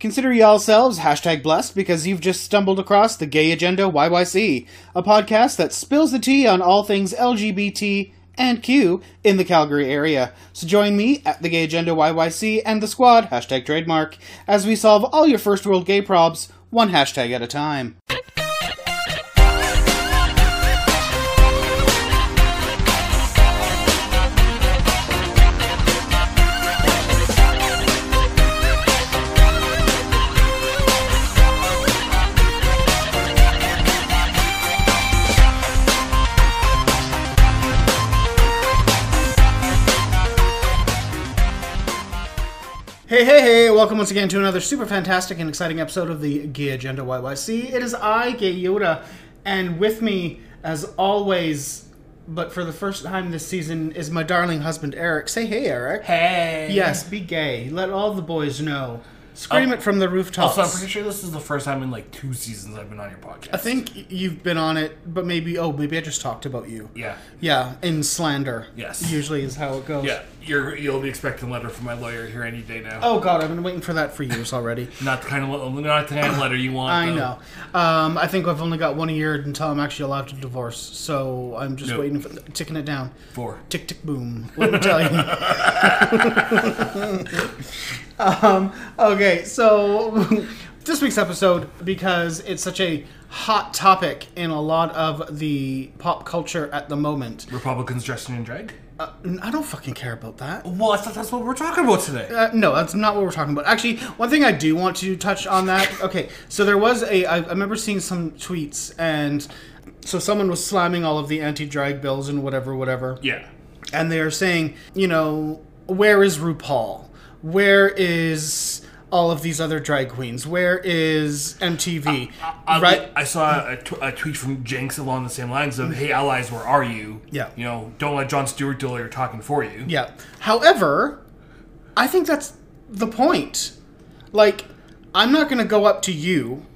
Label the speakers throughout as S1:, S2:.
S1: Consider yourselves hashtag blessed because you've just stumbled across the Gay Agenda YYC, a podcast that spills the tea on all things LGBT and Q in the Calgary area. So join me at the Gay Agenda YYC and the squad, hashtag trademark, as we solve all your first world gay probs, one hashtag at a time. Hey, hey, hey, welcome once again to another super fantastic and exciting episode of the Gay Agenda YYC. It is I, Gay Yoda, and with me, as always, but for the first time this season, is my darling husband Eric. Say hey, Eric.
S2: Hey.
S1: Yes, be gay. Let all the boys know. Scream it from the rooftops.
S2: Oh. Also, I'm pretty sure this is the first time in like two seasons I've been on your podcast.
S1: I think you've been on it, but maybe, oh, maybe I just talked about you.
S2: Yeah.
S1: Yeah, in slander.
S2: Yes.
S1: Usually is how it goes.
S2: Yeah. You're you'll be expecting a letter from my lawyer here any day now.
S1: Oh, God, I've been waiting for that for years already.
S2: Not the kind of le- not the kind of letter you want.
S1: I
S2: though.
S1: know. Um, I think I've only got one a year until I'm actually allowed to divorce, so I'm just
S2: Nope.
S1: waiting for the, ticking it down.
S2: Four.
S1: Tick tick boom. Let me tell you. um, okay, so this week's episode, because it's such a hot topic in a lot of the pop culture at the moment.
S2: Republicans dressing in drag.
S1: Uh, I don't fucking care about that.
S2: Well, I thought that's what we're talking about today.
S1: Uh, no, that's not what we're talking about. Actually, one thing I do want to touch on that. Okay, so there was a. I, I remember seeing some tweets, and so someone was slamming all of the anti-drag bills and whatever, whatever,
S2: yeah.
S1: and they are saying, you know, where is RuPaul? Where is all of these other drag queens? Where is MTV?
S2: I,
S1: right?
S2: I saw a, tw- a tweet from Jenks along the same lines of, "Hey allies, where are you?
S1: Yeah.
S2: You know, don't let John Stewart do all your talking for you.
S1: Yeah. However, I think that's the point. Like, I'm not going to go up to you,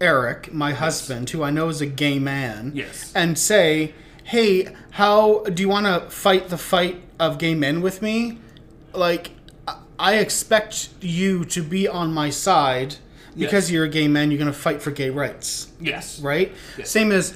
S1: Eric, my husband, who I know is a gay man,
S2: Yes.
S1: and say, hey, how do you want to fight the fight of gay men with me? Like, I- I expect you to be on my side because
S2: Yes.
S1: you're a gay man, you're going to fight for gay rights
S2: Yes.
S1: right? Same as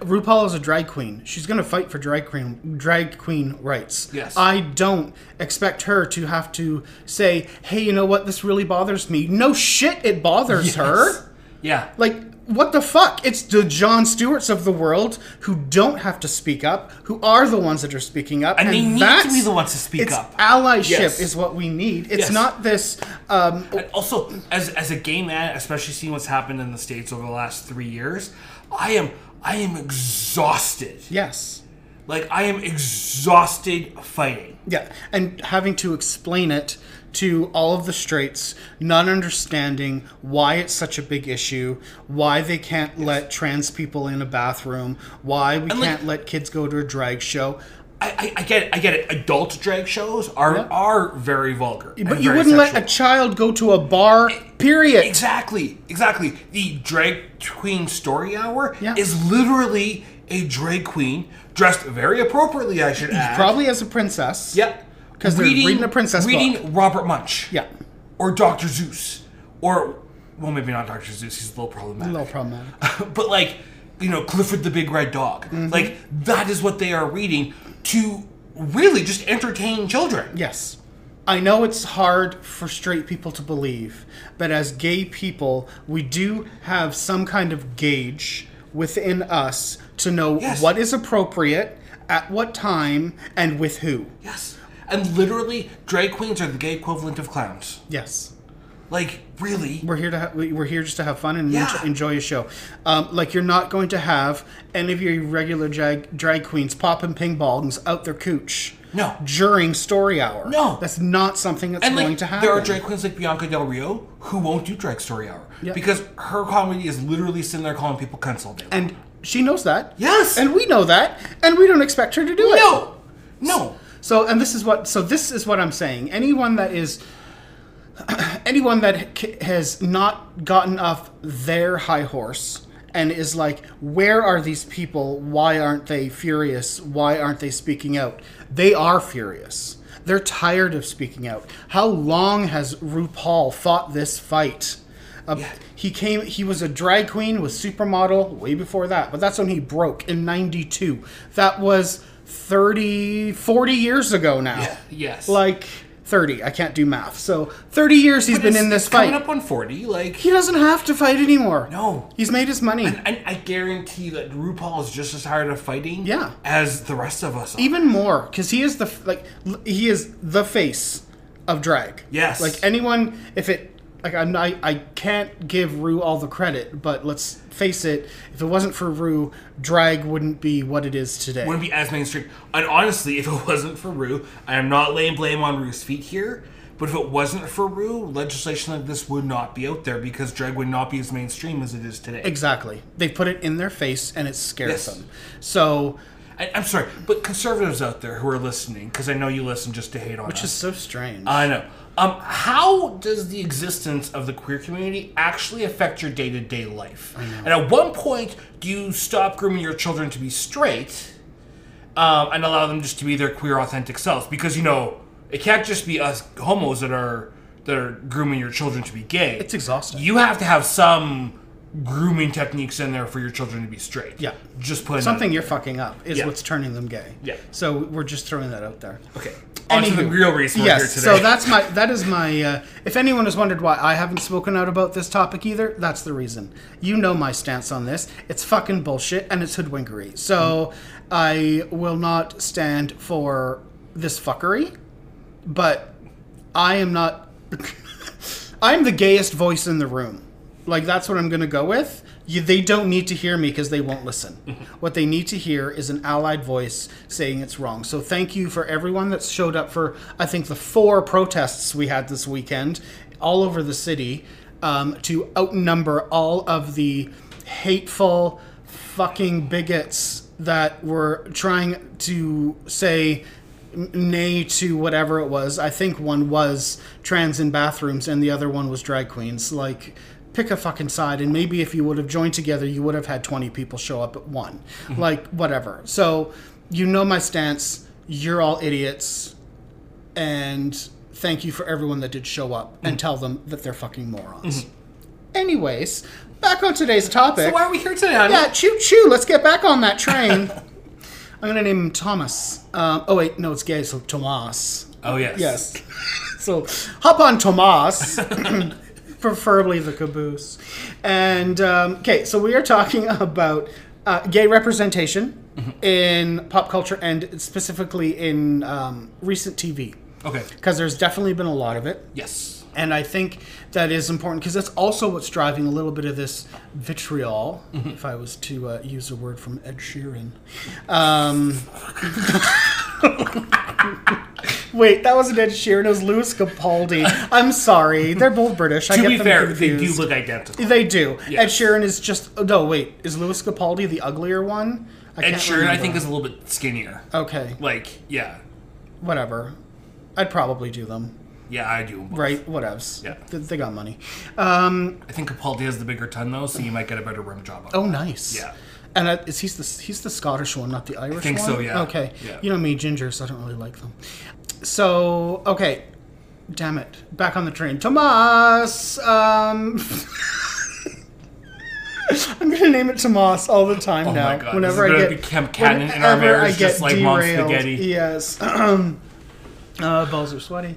S1: RuPaul is a drag queen. She's gonna fight for drag queen drag queen rights.
S2: Yes.
S1: I don't expect her to have to say, "Hey, you know what? This really bothers me." No shit, it bothers her.
S2: Yeah.
S1: Like, what the fuck? It's the John Stewarts of the world who don't have to speak up, who are the ones that are speaking up,
S2: And they need to
S1: that's-
S2: be the ones to speak
S1: it's
S2: up.
S1: Allyship
S2: Yes.
S1: is what we need. It's
S2: Yes.
S1: not this. Um,
S2: And also, as as a gay man, especially seeing what's happened in the states over the last three years, I am I am exhausted.
S1: yes.
S2: Like I am exhausted fighting.
S1: Yeah, and having to explain it to all of the straights, not understanding why it's such a big issue, why they can't let trans people in a bathroom, why we
S2: like-
S1: can't let kids go to a drag show.
S2: I, I, I get it. I get it. Adult drag shows are are very vulgar.
S1: But you wouldn't let a child go to a bar, period.
S2: exactly exactly the drag queen story hour
S1: Yeah.
S2: is literally a drag queen dressed very appropriately. I should add.
S1: Probably as a princess.
S2: Yeah.
S1: 'Cause they're reading a princess
S2: Reading
S1: book.
S2: Robert Munch.
S1: Yeah.
S2: Or Dr. Zeus. Or, well, maybe not Dr. Zeus. He's a little problematic.
S1: No problem.
S2: but, like, you know, Clifford the Big Red Dog.
S1: Mm-hmm.
S2: Like, that is what they are reading to really just entertain children.
S1: Yes. I know it's hard for straight people to believe, but as gay people, we do have some kind of gauge within us to know
S2: Yes.
S1: what is appropriate, at what time, and with who.
S2: Yes. And literally, drag queens are the gay equivalent of clowns.
S1: Yes.
S2: Like, really?
S1: We're here to ha- we- we're here just to have fun and
S2: Yeah.
S1: enjo- enjoy a show. Um, like you're not going to have any of your regular drag, drag queens popping ping pongs out their cooch
S2: No.
S1: during story hour.
S2: No.
S1: that's not something that's
S2: And
S1: going
S2: like,
S1: to happen.
S2: there are drag queens like Bianca Del Rio who won't do drag story hour
S1: Yeah.
S2: because her comedy is literally sitting there calling people cunts all day. long.
S1: And she knows that.
S2: Yes.
S1: And we know that. And we don't expect her to do it.
S2: no, no,
S1: So and this is what so this is what I'm saying. Anyone that is anyone that c- has not gotten off their high horse and is like where are these people? Why aren't they furious? Why aren't they speaking out? They are furious. They're tired of speaking out. How long has RuPaul fought this fight? Uh, He came. He was a drag queen, was supermodel way before that, but that's when he broke in '92. That was 30, 40 years ago now.
S2: Yes.
S1: Like 30. I can't do math. So 30 years he's
S2: But
S1: been
S2: it's-
S1: in this
S2: it's coming
S1: fight.
S2: up on 40, like
S1: He doesn't have to fight anymore.
S2: No.
S1: He's made his money.
S2: And I guarantee that RuPaul is just as tired of fighting
S1: Yeah.
S2: as the rest of us. Are.
S1: even more because he is the f- like l- he is the face of drag.
S2: Yes.
S1: Like anyone, if it like I'm, I I can't give Rue all the credit, but let's face it, if it wasn't for Rue, drag wouldn't be what it is today.
S2: Wouldn't be as mainstream. And honestly, if it wasn't for Rue, I am not laying blame on Rue's feet here. But if it wasn't for Rue, legislation like this would not be out there because drag would not be as mainstream as it is today.
S1: exactly. They put it in their face, and it scares
S2: Yes.
S1: them. So.
S2: I, I'm sorry, but conservatives out there who are listening, because I know you listen just to hate on
S1: Which
S2: us.
S1: is so strange.
S2: I know. Um, how does the existence of the queer community actually affect your day to day life? And at one point, do you stop grooming your children to be straight um, and allow them just to be their queer, authentic selves? Because you know, it can't just be us homos that are that are grooming your children to be gay.
S1: it's exhausting.
S2: you have to have some grooming techniques in there for your children to be straight.
S1: Yeah.
S2: just putting
S1: Something you're fucking up is
S2: Yeah.
S1: what's turning them gay.
S2: Yeah.
S1: So we're just throwing that out there.
S2: That, okay. On to the
S1: Anywho.
S2: real reason we're here
S1: Yes,
S2: today.
S1: so that's my that is my. Uh, if anyone has wondered why I haven't spoken out about this topic either, that's the reason. You know my stance on this. It's fucking bullshit and it's hoodwinkery. So I will not stand for this fuckery. But I am not. I'm the gayest voice in the room. Like that's what I'm going to go with. You, they don't need to hear me because they won't listen. what they need to hear is an allied voice saying it's wrong. So thank you for everyone that showed up for I think the four protests we had this weekend all over the city um, to outnumber all of the hateful fucking bigots that were trying to say n- nay to whatever it was. I think one was trans in bathrooms and the other one was drag queens. Like, pick a fucking side, and maybe if you would have joined together, you would have had 20 people show up at one.
S2: Mm-hmm.
S1: Like, whatever. So, you know my stance. You're all idiots. And thank you for everyone that did show up
S2: Mm-hmm.
S1: and tell them that they're fucking morons. Anyways, back on today's topic.
S2: So why are we here today? Anna?
S1: Yeah, choo choo. Let's get back on that train. I'm gonna name him Thomas. Um, oh wait, no, it's gay, so Tomas.
S2: Oh yes.
S1: Yes. so hop on Tomas, preferably the caboose. And um, okay, so we are talking about uh, gay representation in pop culture and specifically in um, recent TV
S2: Okay.
S1: because there's definitely been a lot of it.
S2: Yes.
S1: And I think that is important because that's also what's driving a little bit of this vitriol,
S2: Mm-hmm.
S1: if I was to uh, use a word from Ed Sheeran. Um, wait, that wasn't Ed Sheeran. It was Louis Capaldi. I'm sorry. They're both British. I
S2: To
S1: get
S2: be
S1: them
S2: fair,
S1: confused.
S2: they do look identical.
S1: They do. Ed
S2: Yes.
S1: Sheeran is just. oh, No, wait. Is Louis Capaldi the uglier one? I
S2: Ed
S1: can't
S2: Sheeran, I
S1: remember.
S2: think, is a little bit skinnier.
S1: Okay,
S2: Like, yeah,
S1: whatever. I'd probably do them.
S2: yeah, I do.
S1: Right, whatevs.
S2: Yeah.
S1: They, they got money. Um,
S2: I think Capaldi has the bigger ton though, so you might get a better rim job. On.
S1: Oh, nice.
S2: Yeah.
S1: And uh, is he's the he's the Scottish one, not the Irish one?
S2: think so, yeah.
S1: Okay.
S2: Yeah.
S1: You know me, gingers. I don't really like them. So okay, damn it. Back on the train, Tomas. Um, I'm gonna name it Tomas all the time
S2: Oh
S1: now.
S2: my god!
S1: Whenever
S2: Whenever this
S1: I
S2: is
S1: get
S2: gonna become canon in our
S1: whenever I
S2: marriage,
S1: get
S2: just like mom
S1: derailed.
S2: spaghetti.
S1: Yes. Uh, balls are sweaty.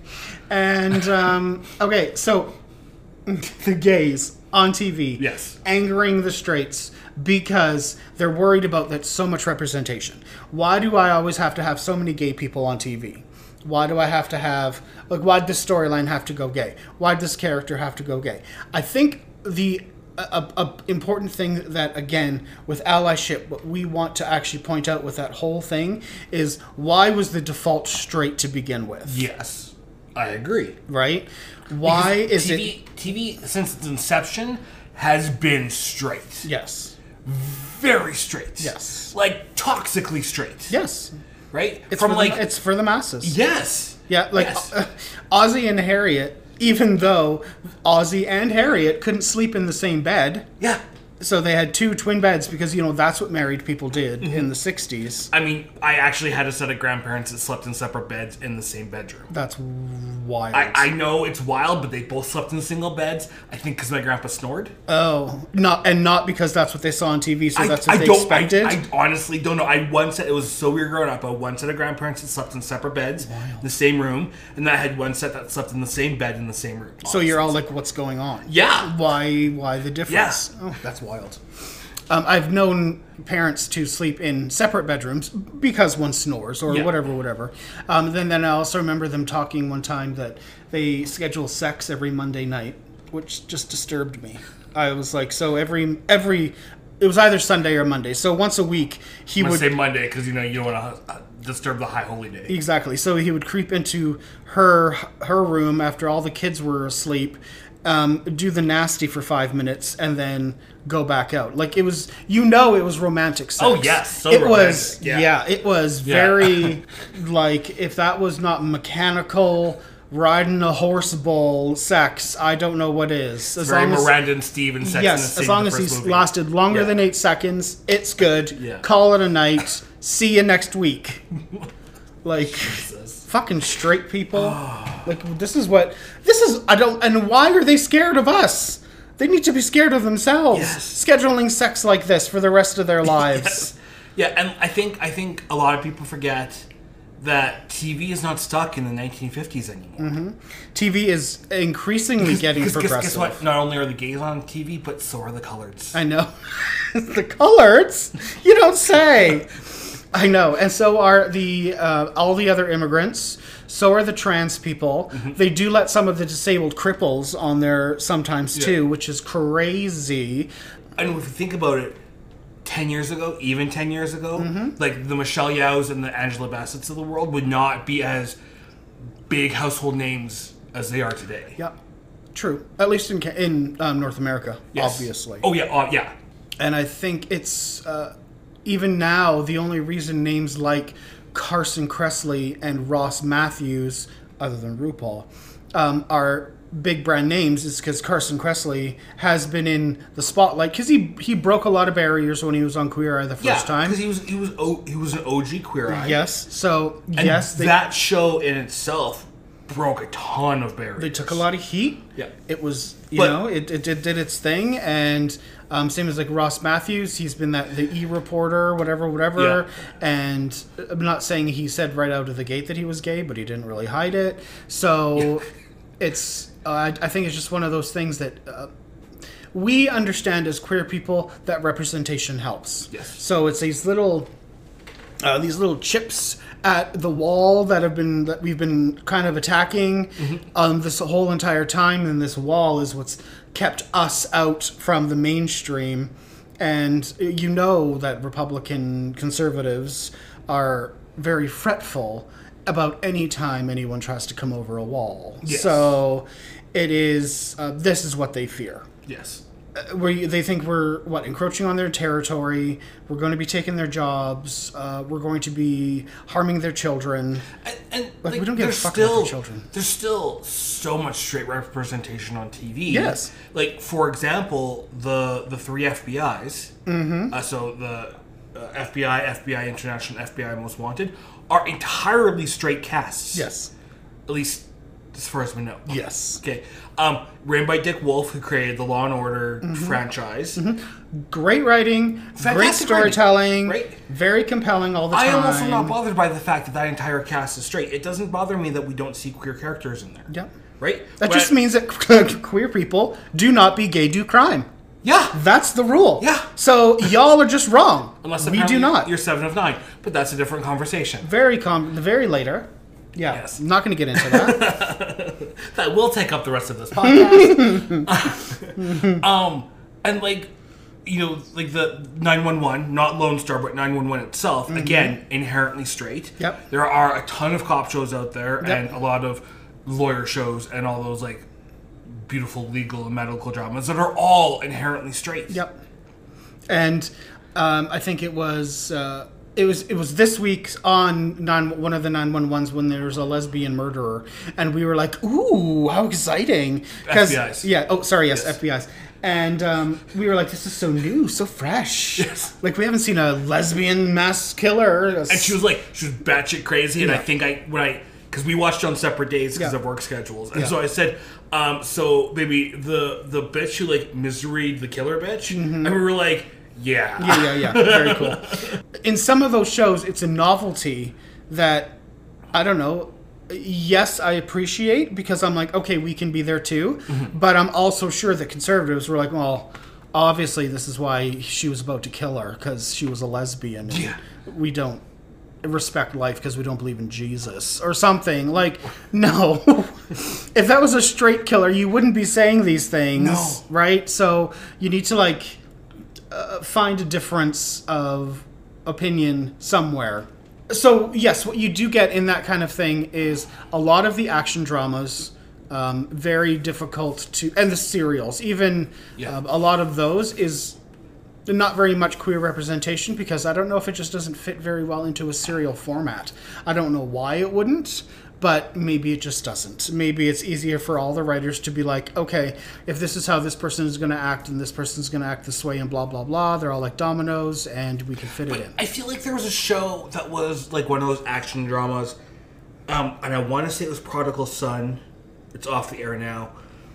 S1: And, um, okay, so the gays on TV.
S2: Yes.
S1: Angering the straights because they're worried about that so much representation. Why do I always have to have so many gay people on TV? Why do I have to have, like, why'd this storyline have to go gay? Why'd this character have to go gay? I think the a, a, a important thing that again with allyship what we want to actually point out with that whole thing is why was the default straight to begin with
S2: Yes, I agree.
S1: right? Why is it?
S2: TV, TV since its inception has been straight,
S1: Yes.
S2: very straight.
S1: Yes.
S2: like toxically straight.
S1: Yes.
S2: right.
S1: It's
S2: From
S1: for
S2: like
S1: the, it's for the masses.
S2: yes,
S1: Yeah, like
S2: Yes.
S1: uh, Ozzy and Harriet. Even though Ozzy and Harriet couldn't sleep in the same bed,
S2: yeah,
S1: so they had two twin beds because you know that's what married people did
S2: Mm-hmm.
S1: in the 60s
S2: I mean, I actually had a set of grandparents that slept in separate beds in the same bedroom.
S1: that's wild
S2: I, I know it's wild, but they both slept in single beds. I think because my grandpa snored.
S1: oh not and not because that's what they saw on tv so
S2: I,
S1: that's what
S2: I
S1: they
S2: don't. I,
S1: expected
S2: I honestly don't know. I once set. It was so weird growing up. I had one set of grandparents that slept in separate beds in the same room, and then I had one set that slept in the same bed in the same room.
S1: so you're all like what's going on
S2: yeah.
S1: why why the difference oh that's wild um, i've known parents to sleep in separate bedrooms because one snores or
S2: Yeah.
S1: whatever whatever um, then then i also remember them talking one time that they schedule sex every monday night which just disturbed me i was like so every every it was either sunday or monday so once a week he
S2: I'm
S1: would
S2: gonna say Monday because you know you don't want to uh, disturb the high holy day.
S1: Exactly. So he would creep into her her room after all the kids were asleep, um, do the nasty for five minutes, and then go back out. Like it was, you know, it was romantic sex.
S2: Oh, yes, so
S1: it was.
S2: romantic, yeah.
S1: it was very like if that was not mechanical riding a horse bull sex, I don't know what is. As
S2: Very
S1: long as-
S2: Miranda and Steve and Sex and the
S1: Yes,
S2: City,
S1: as long
S2: the
S1: as
S2: first
S1: he's
S2: movie.
S1: lasted longer
S2: Yeah.
S1: than eight seconds, it's good.
S2: Yeah.
S1: Call it a night. See you next week. like, fucking straight people. like, this is what this is. I don't. And why are they scared of us? They need to be scared of themselves.
S2: Yes.
S1: Scheduling sex like this for the rest of their lives.
S2: Yeah, and I think I think a lot of people forget that TV is not stuck in the 1950s anymore.
S1: TV is increasingly Mm-hmm. getting
S2: Because
S1: progressive.
S2: guess, guess what? Not only are the gays on TV, but so are the coloreds.
S1: I know. the coloreds? You don't say. I know. And so are the uh, all the other immigrants. So are the trans people. They do let some of the disabled cripples on there sometimes too, which is crazy.
S2: and if you think about it, ten years ago, even ten years ago,
S1: Mm-hmm.
S2: like the Michelle Yao's and the Angela Bassett's of the world would not be as big household names as they are today.
S1: Yep. True. At least in Ca- in um, North America,
S2: Yes.
S1: obviously.
S2: Oh yeah. Oh yeah.
S1: And I think it's uh, even now the only reason names like Carson Kressley and Ross Matthews, other than RuPaul, um, are big brand names is because Carson Kressley has been in the spotlight because he he broke a lot of barriers when he was on Queer Eye the first
S2: Yeah.
S1: time.
S2: Because he was he was o- he was an OG queer eye.
S1: Yes. So
S2: And
S1: yes, they,
S2: that show in itself broke a ton of barriers.
S1: they took a lot of heat.
S2: Yeah.
S1: It was you
S2: But-
S1: know it, it did, did its thing and um, same as like Ross Matthews, he's been that the E reporter, whatever, whatever.
S2: Yeah.
S1: And I'm not saying he said right out of the gate that he was gay, but he didn't really hide it. So it's uh, I, I think it's just one of those things that. Uh, we understand as queer people that representation helps.
S2: Yes.
S1: So it's these little uh, these little chips at the wall that have been that we've been kind of attacking um, this whole entire time, and this wall is what's kept us out from the mainstream. And uh, you know that Republican conservatives are very fretful about any time anyone tries to come over a wall.
S2: Yes.
S1: So it is uh, this is what they fear
S2: Yes.
S1: we they think we're what encroaching on their territory. We're going to be taking their jobs. Uh, we're going to be harming their children.
S2: And, and
S1: Like,
S2: like,
S1: we don't give a
S2: there's
S1: fuck about the
S2: still,
S1: children.
S2: There's still so much straight representation on TV.
S1: Yes.
S2: Like for example, the the three FBI's. Mm-hmm. Uh, so the uh, FBI, FBI International, FBI Most Wanted are entirely straight casts. At least as far as we know.
S1: Yes.
S2: Okay. Um, written by Dick Wolf, who created the Law and Order
S1: Mm-hmm.
S2: franchise.
S1: Great writing, great
S2: Fantastic writing,
S1: storytelling,
S2: right?
S1: very compelling all the
S2: I
S1: time.
S2: am also not bothered by the fact that that entire cast is straight. It doesn't bother me that we don't see queer characters in there.
S1: Yeah.
S2: Right?
S1: That
S2: When
S1: just
S2: I-
S1: means that queer people do not be gay, do crime.
S2: Yeah.
S1: That's the rule.
S2: Yeah.
S1: So y'all are just wrong.
S2: Unless
S1: we do
S2: apparently
S1: not.
S2: You're seven of nine, but that's a different conversation.
S1: very com- very later. Yeah.
S2: Yes.
S1: Not going to get into that.
S2: That will take up the rest of this podcast. um, and like, you know, like the nine one one, not Lone Star, but nine one one itself. Again, inherently straight.
S1: Yep.
S2: There are a ton of cop shows out there, and a lot of lawyer shows, and all those like beautiful legal and medical dramas that are all inherently straight.
S1: Yep. And um, I think it was uh, it was it was this week on nine one of the nine one ones when there was a lesbian murderer, and we were like, "Ooh, how exciting!"
S2: FBIs.
S1: yeah. Oh, sorry, yes,
S2: Yes.
S1: FBI's. And um, we were like, "This is so new, so fresh.
S2: Yes.
S1: Like we haven't seen a lesbian mass killer."
S2: And she was like, she was batshit crazy, and I
S1: Yeah.
S2: think I when I because we watched on separate days because
S1: Yeah.
S2: of work schedules, and
S1: Yeah.
S2: so I said, um, so maybe the the bitch who like miseried the killer bitch, and we were like, yeah,
S1: Mm-hmm. yeah, yeah, yeah. Very cool. In some of those shows, it's a novelty that I don't know. Yes, I appreciate because I'm like, okay, we can be there too. But I'm also sure that conservatives were like, well, obviously this is why she was about to kill her because she was a lesbian. and
S2: Yeah.
S1: we don't respect life because we don't believe in Jesus or something. Like, no. if that was a straight killer, you wouldn't be saying these things,
S2: No.
S1: right? So you need to like uh, find a difference of opinion somewhere. So, yes, what you do get in that kind of thing is a lot of the action dramas, um, very difficult to, and the serials, even
S2: Yeah.
S1: um, a lot of those is not very much queer representation because I don't know if it just doesn't fit very well into a serial format. I don't know why it wouldn't, but maybe it just doesn't. Maybe it's easier for all the writers to be like, okay, if this is how this person is going to act and this person's going to act this way and blah, blah, blah, they're all like dominoes and we can fit it in.
S2: I feel like there was a show that was like one of those action dramas, um, and I want to say it was Prodigal Son. It's off the air now,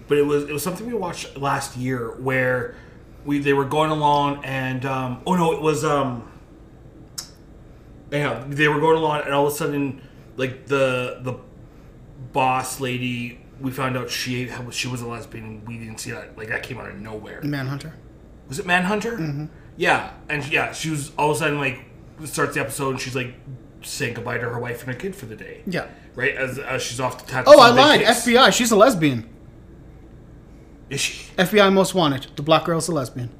S2: but it was it was something we watched last year where we they were going along and um, oh no, it was um, yeah, they were going along and all of a sudden like the the boss lady we found out she she was a lesbian and we didn't see that like that came out of nowhere
S1: Manhunter?
S2: was it Manhunter?
S1: Mm-hmm.
S2: Yeah, and yeah, she was all of a sudden like starts the episode and she's like saying goodbye to her wife and her kid for the day.
S1: Yeah.
S2: Right as, as she's off the
S1: Oh, I lied. FBI, she's a lesbian.
S2: Is she?
S1: FBI Most Wanted. The black girl's a lesbian.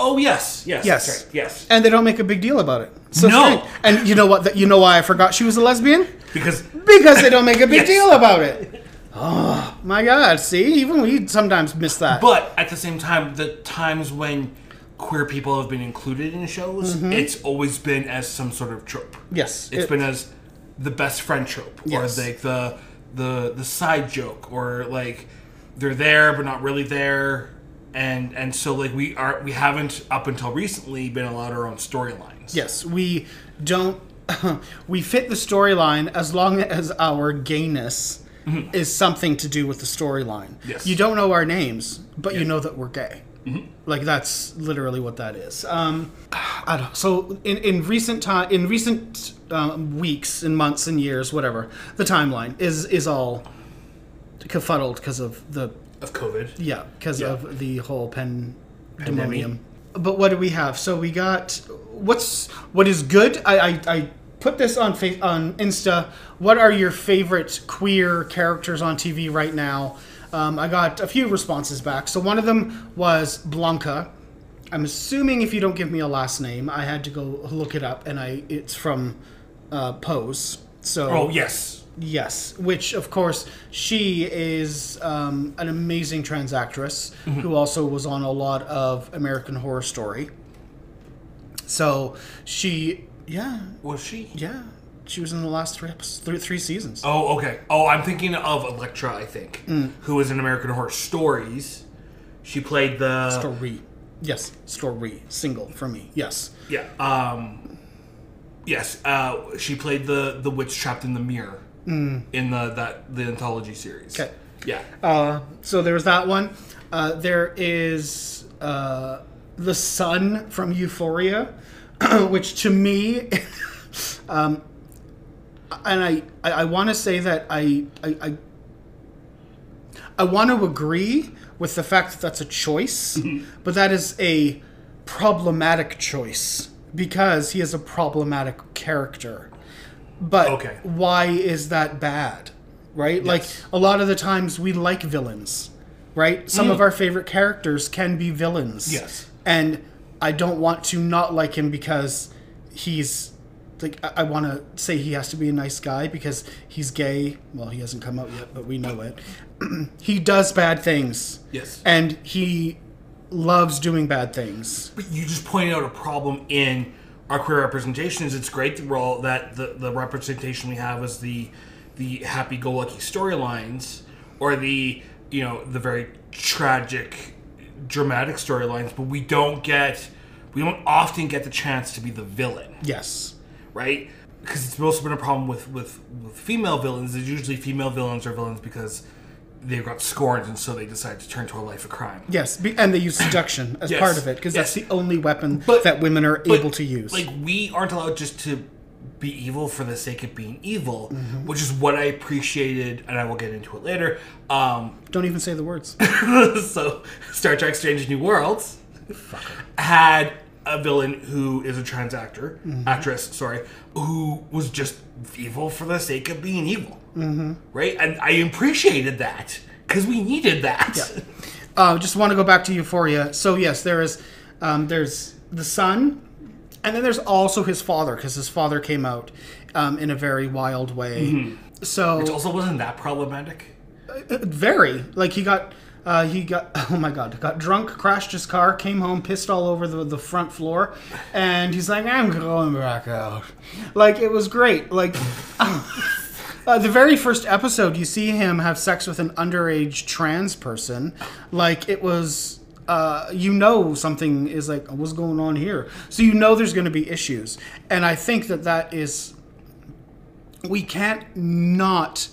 S2: Oh yes, yes, yes,
S1: Yes.
S2: that's right, yes.
S1: And they don't make a big deal about it. So
S2: No.
S1: strange. And you know what? You know why I forgot she was a lesbian?
S2: Because
S1: Because they don't make a big
S2: Yes. Ah.
S1: deal about it. Oh my god, see? Even we sometimes miss that.
S2: but at the same time, the times when queer people have been included in shows,
S1: Mm-hmm.
S2: it's always been as some sort of trope.
S1: yes.
S2: It's
S1: it-
S2: been as the best friend trope,
S1: Yes.
S2: or like the the the side joke, or like they're there but not really there, and and so like we are we haven't up until recently been allowed our own storylines.
S1: Yes, we don't we fit the storyline as long as our gayness is something to do with the storyline.
S2: Mm-hmm. Yes. Mm-hmm.
S1: You don't know our names, but you know that we're gay. Like that's literally what that is. Um, I don't. So in, in recent time, in recent um, weeks and months and years, whatever the timeline is, is all kerfuddled because of the
S2: of COVID.
S1: yeah, because of the whole pen pandemonium.
S2: Pandemic.
S1: But what do we have? So we got what's what is good. I I, I put this on fa- on Insta. What are your favorite queer characters on TV right now? Um, I got a few responses back. So one of them was Blanca. I'm assuming if you don't give me a last name, I had to go look it up, and I it's from uh, Pose. So
S2: Oh yes,
S1: Yes, which of course she is um, an amazing trans actress who also was on a lot of American Horror Story. So she, yeah,
S2: was she?
S1: yeah, she was in the last three episodes, three, three seasons.
S2: Oh okay. Oh, I'm thinking of Electra. I think
S1: Mm.
S2: who was in American Horror Stories. She played the
S1: Story, yes, story, single for me, yes.
S2: yeah. Um, yes, uh, she played the the witch trapped in the mirror in the that the anthology series.
S1: Mm. Okay.
S2: Yeah.
S1: Uh, so there was that one. Uh, there is uh, the son from Euphoria, which to me, um, and I, I, I want to say that I, I, I, I want to agree with the fact that that's a choice,
S2: Mm-hmm.
S1: but that is a problematic choice because he is a problematic character. But
S2: Okay.
S1: why is that bad? Right?
S2: Yes.
S1: Like a lot of the times we like villains, right? Some of our favorite characters can be villains.
S2: Mm. Yes.
S1: And I don't want to not like him because he's like I, I want to say he has to be a nice guy because he's gay. Well, he hasn't come out yet, but we know it. he does bad things.
S2: Yes.
S1: And he loves doing bad things.
S2: But you just pointed out a problem in our queer representations, it's great that we're all that the, the representation we have is the the happy go lucky storylines or the you know the very tragic dramatic storylines, but we don't get we don't often get the chance to be the villain,
S1: Yes.
S2: right? Because it's also been a problem with with, with female villains. Is usually female villains are villains because they got scorned and so they decide to turn to a life of crime.
S1: Yes, be- and they use seduction as
S2: Yes.
S1: part of it because
S2: Yes.
S1: that's the only weapon
S2: But-
S1: that women are
S2: but,
S1: able to use.
S2: Like we aren't allowed just to be evil for the sake of being evil,
S1: Mm-hmm.
S2: which is what I appreciated, and I will get into it later. Um,
S1: Don't even say the words.
S2: so Star Trek: Strange New Worlds had a villain who is a trans actor,
S1: Mm-hmm.
S2: actress, sorry, who was just evil for the sake of being evil, mm-hmm. right? And I appreciated that because we needed that.
S1: Uh, just want to go back to Euphoria. So yes, there is, um, there's the son, and then there's also his father because his father came out um, in a very wild way. So
S2: It also wasn't that problematic.
S1: very like he got uh, he got oh my god got drunk crashed his car came home pissed all over the, the front floor and he's like i'm going back out like it was great like uh, the very first episode you see him have sex with an underage trans person like it was uh, you know something is like what's going on here so you know there's going to be issues and i think that that is we can't not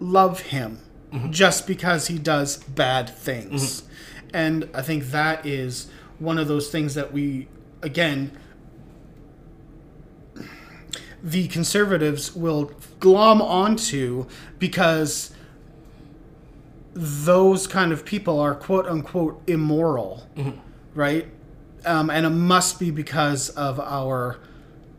S1: love him just because he does bad things. And I think that is one of those things that we, again, the conservatives will glom onto because those kind of people are quote unquote immoral, right? Um, and it must be because of our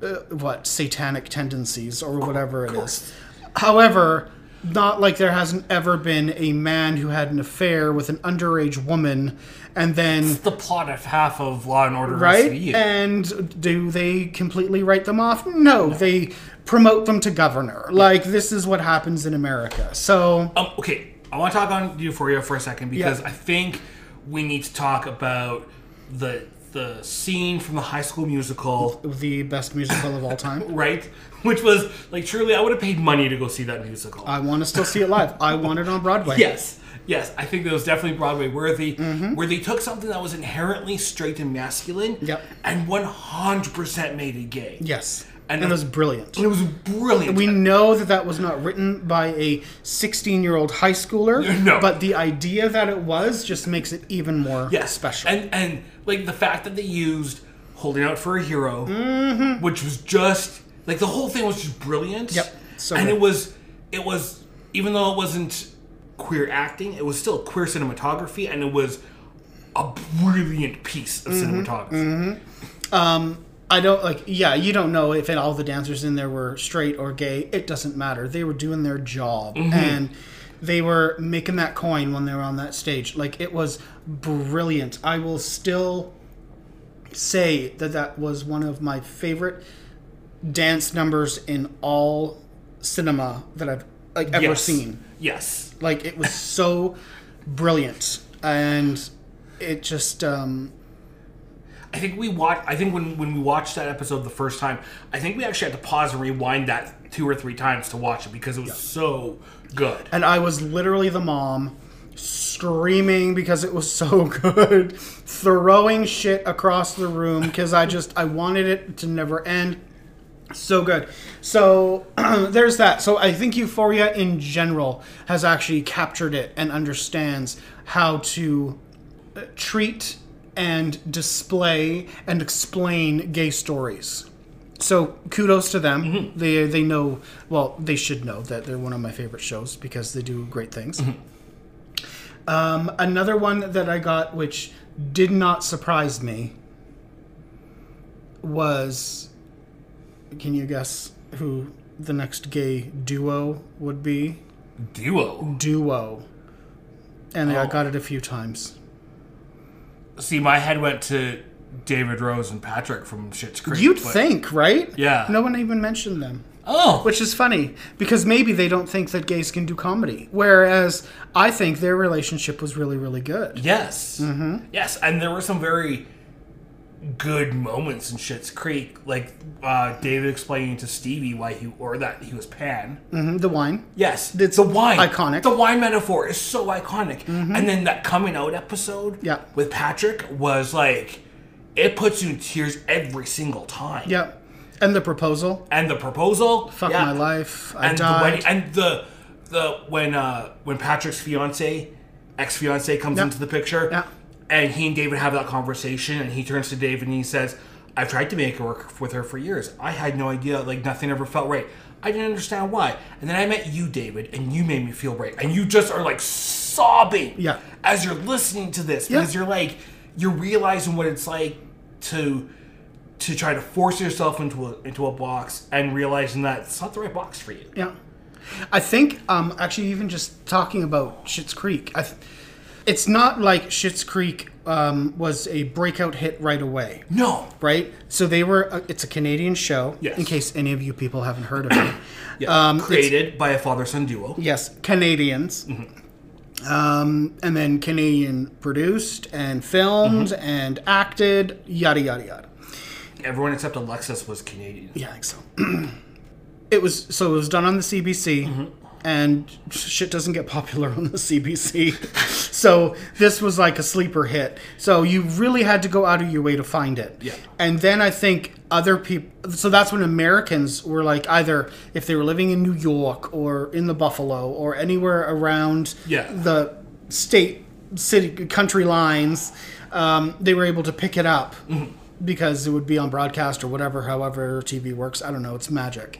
S1: uh, what satanic tendencies or whatever it is. However, not like there hasn't ever been a man who had an affair with an underage woman and then
S2: The plot of half of Law and Order
S1: right?
S2: SVU.
S1: And do they completely write them off? No, they promote them to governor. Like this is what happens in America. So
S2: Um, okay, I want to talk on Euphoria for a second because
S1: Yeah.
S2: I think we need to talk about the the scene from the High School Musical,
S1: the best musical of all time.
S2: right? Which was like truly, I would have paid money to go see that musical.
S1: I want to still see it live. I want it on Broadway.
S2: yes, yes, I think that was definitely Broadway worthy,
S1: Mm-hmm.
S2: where they took something that was inherently straight and masculine,
S1: Yep.
S2: and one hundred percent made it gay.
S1: Yes.
S2: And
S1: And
S2: then-
S1: it was brilliant.
S2: And it was brilliant.
S1: We know that that was not written by a 16-year-old high schooler,
S2: No.
S1: but the idea that it was just makes it even more
S2: yes.
S1: special.
S2: And and like the fact that they used holding out for a hero, which was just like the whole thing was just brilliant.
S1: Mm-hmm. Yep. So
S2: and
S1: good.
S2: it was it was even though it wasn't queer acting, it was still queer cinematography, and it was a brilliant piece of
S1: Mm-hmm.
S2: cinematography.
S1: I don't like. Yeah, you don't know if all the dancers in there were straight or gay. It doesn't matter. They were doing their job, and they were making that coin when they were on that stage. Like it was brilliant. I will still say that that was one of my favorite dance numbers in all cinema that I've like ever
S2: Yes.
S1: seen.
S2: Yes.
S1: Like it was so brilliant, and it just um,
S2: I think we watched. I think when when we watched that episode the first time, I think we actually had to pause and rewind that two or three times to watch it because it was so good.
S1: and I was literally the mom screaming because it was so good, throwing shit across the room because I just I wanted it to never end. So good. So there's that. So I think Euphoria in general has actually captured it and understands how to uh, treat and display and explain gay stories. So kudos to them.
S2: Mm-hmm.
S1: They they know well. They should know that they're one of my favorite shows because they do great things.
S2: Mm-hmm.
S1: Um, another one that I got, which did not surprise me, was can you guess who the next gay duo would be?
S2: Duo.
S1: Duo, and I
S2: Oh.
S1: got it a few times.
S2: See, my head went to David Rose and Patrick from Shit's Creek.
S1: You'd
S2: but-
S1: think, right?
S2: Yeah.
S1: No one even mentioned them.
S2: Oh,
S1: Which is funny because maybe they don't think that gays can do comedy, whereas I think their relationship was really, really good.
S2: yes, yes, and there were some very good moments in Shit's Creek, like uh, David explaining to Stevie why he or that he was Pan.
S1: hmm the wine.
S2: Yes,
S1: It's
S2: the wine
S1: iconic. Mm-hmm.
S2: The wine metaphor is so iconic. And then that coming out episode,
S1: Yeah.
S2: with Patrick was like, it puts you in tears every single time.
S1: Yep. And the proposal.
S2: and the proposal,
S1: Fuck
S2: yeah.
S1: my life. I
S2: and the
S1: died.
S2: wedding, and the the when uh when Patrick's fiance, ex fiance comes
S1: Yeah.
S2: into the picture,
S1: Yeah.
S2: and he and David have that conversation, and he turns to David and he says, "I've tried to make it work with her for years. I had no idea, like nothing ever felt right. I didn't understand why. And then I met you, David, and you made me feel right. And you just are like sobbing,
S1: Yeah.
S2: as you're listening to this because
S1: Yeah.
S2: you're like you're realizing what it's like to to try to force yourself into a into a box and realizing that it's not the right box for you.
S1: Yeah, I think um, actually even just talking about Schitt's Creek, I th- it's not like Schitt's Creek um, was a breakout hit right away,
S2: No.
S1: right? So they were. Uh, it's a Canadian show.
S2: Yes.
S1: In case any of you people haven't heard of it.
S2: Yeah.
S1: Um, it's-
S2: Created by a father son duo.
S1: yes, Canadians. Um, and then Canadian produced and filmed and acted, yada yada yada.
S2: Everyone except Alexis was Canadian.
S1: Yeah, I think so. it was so it was done on the CBC, and shit doesn't get popular on the CBC. so this was like a sleeper hit. So you really had to go out of your way to find it.
S2: Yeah.
S1: And then I think other people. So that's when Americans were like either if they were living in New York or in the Buffalo or anywhere around
S2: Yeah.
S1: the state city country lines um, they were able to pick it up because it would be on broadcast or whatever however tv works i don't know it's magic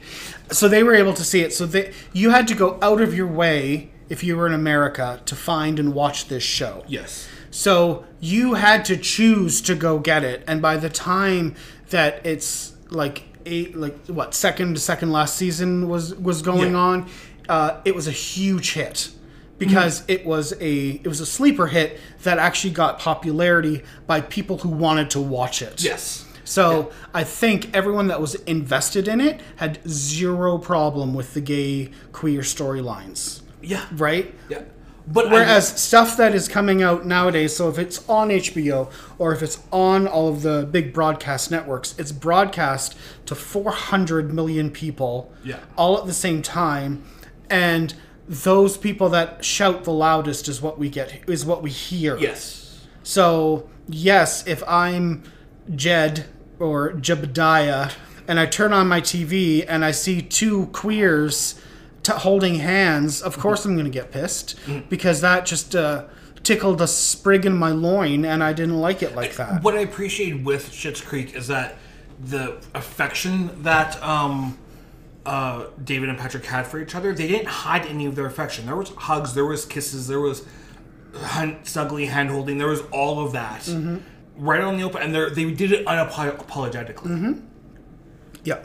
S1: so they were able to see it so they, you had to go out of your way if you were in america to find and watch this show
S2: Yes.
S1: so you had to choose to go get it, and by the time that it's like eight, like what second to second last season was was going
S2: Yeah.
S1: on, uh, it was a huge hit because
S2: Mm-hmm.
S1: it was a it was a sleeper hit that actually got popularity by people who wanted to watch it.
S2: Yes.
S1: So I think everyone that was invested in it had zero problem with the gay queer storylines,
S2: Yeah.
S1: right?
S2: Yeah. But I-
S1: Whereas stuff that is coming out nowadays, so if it's on HBO or if it's on all of the big broadcast networks, it's broadcast to 400 million people
S2: Yeah.
S1: all at the same time. And those people that shout the loudest is what we get, is what we hear.
S2: yes.
S1: So, yes, if I'm Jed or Jebediah and I turn on my TV and I see two queers t- holding hands, of course I'm going to get pissed because that just uh, tickled a sprig in my loin and I didn't like it like that.
S2: What I appreciate with Schitt's Creek is that the affection that um, uh, David and Patrick had for each other, they didn't hide any of their affection. There was hugs, there was kisses, there was hun- snuggly hand holding, there was all of that. Right on the open, and they're- they did it unapologetically.
S1: Yeah.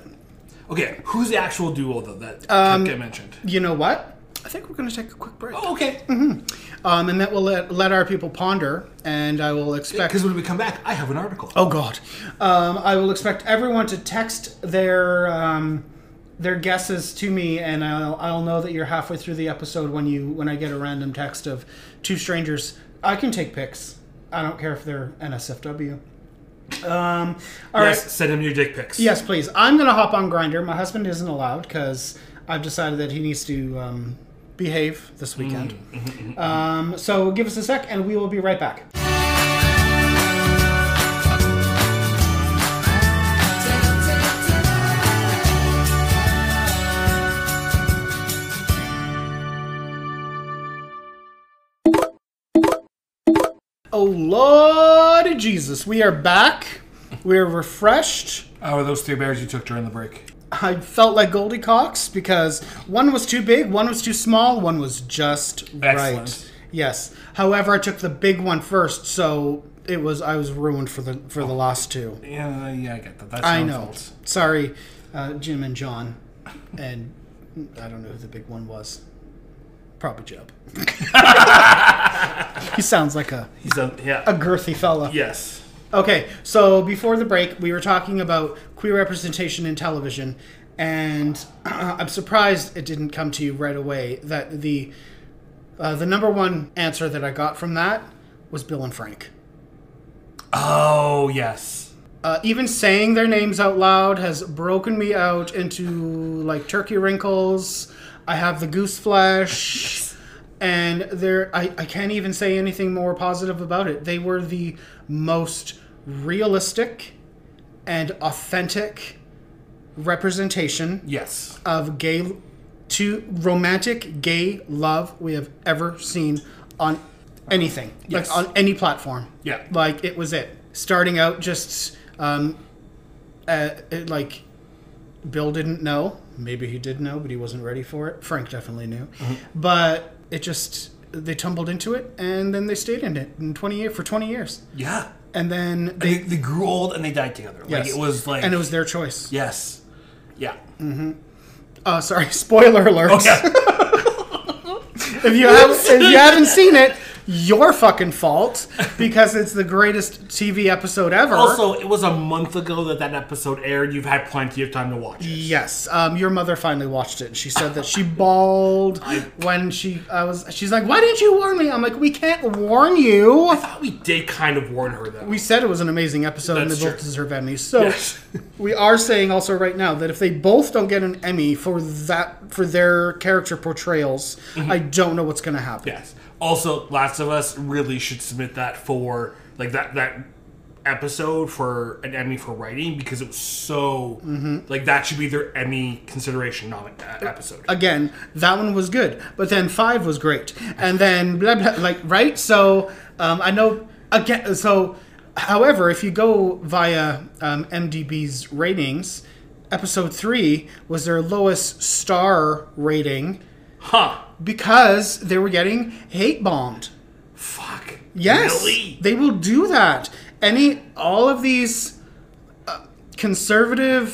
S2: Okay, who's the actual duo though that kept getting mentioned?
S1: You know what? I think we're going to take a quick break.
S2: Oh, okay,
S1: Um, and that will let, let our people ponder, and I will expect.
S2: because when we come back, I have an article.
S1: Oh God! Um, I will expect everyone to text their um, their guesses to me, and I'll, I'll know that you're halfway through the episode when you when I get a random text of two strangers. I can take pics. I don't care if they're NSFW. Um, all right.
S2: yes, send him your dick pics.
S1: Yes, please. I'm going to hop on Grinder. My husband isn't allowed because I've decided that he needs to um, behave this weekend. Um, so give us a sec, and we will be right back. Oh Lord Jesus, we are back. We are refreshed.
S2: Oh, are those three bears you took during the break?
S1: I felt like Goldie Cox because one was too big, one was too small, one was just right.
S2: Excellent.
S1: Yes. However, I took the big one first, so it was I was ruined for the for the last two.
S2: Yeah, yeah, I get that. That's
S1: I
S2: your own
S1: know.
S2: fault.
S1: Sorry, uh, Jim and John, and I don't know who the big one was. Probably Jeb. he sounds like a,
S2: He's done. Yeah.
S1: a girthy fella.
S2: yes.
S1: Okay, so before the break, we were talking about queer representation in television, and I'm surprised it didn't come to you right away that the uh, the number one answer that I got from that was Bill and Frank.
S2: Oh yes.
S1: Uh, even saying their names out loud has broken me out into like turkey wrinkles. I have the goose flesh, and there I, I can't even say anything more positive about it. They were the most realistic and authentic representation
S2: Yes.
S1: of gay to romantic gay love we have ever seen on anything
S2: Yes.
S1: like on any platform
S2: Yeah.
S1: like it was it starting out just um uh, it, like bill didn't know maybe he did know but he wasn't ready for it frank definitely knew
S2: Mm-hmm.
S1: but it just they tumbled into it and then they stayed in it in 20 year for 20 years
S2: Yeah.
S1: and then they
S2: They, they grew old and they died together. Like
S1: yes.
S2: it was like
S1: and it was Mm. their choice
S2: yes, yeah.
S1: oh sorry spoiler alert
S2: Oh yeah.
S1: If you have, if you haven't seen it, your fucking fault because it's the greatest TV episode ever.
S2: also, it was a month ago that that episode aired. You've had plenty of time to watch it.
S1: yes, um, your mother finally watched it. and She said that she bawled when she I was. She's like, "Why didn't you warn me?" I'm like, "We can't warn you."
S2: I thought we did kind of warn her though.
S1: We said it was an amazing episode, and they
S2: That's
S1: both
S2: true.
S1: deserve Emmys. So
S2: Yes.
S1: we are saying also right now that if they both don't get an Emmy for that for their character portrayals,
S2: Mm-hmm.
S1: I don't know what's going to happen.
S2: yes. Also, Last of Us really should submit that for like that that episode for an Emmy for writing because it was so like that should be their Emmy consideration nom- Mm-hmm. uh, episode.
S1: again, that one was good, but then five was great, and then blah blah, like right. So um, I know again. So, however, if you go via um, MDB's ratings, episode three was their lowest star rating
S2: huh.
S1: because they were getting hate bombed.
S2: Fuck.
S1: Yes,
S2: Really?
S1: they will do that. Any all of these uh, conservative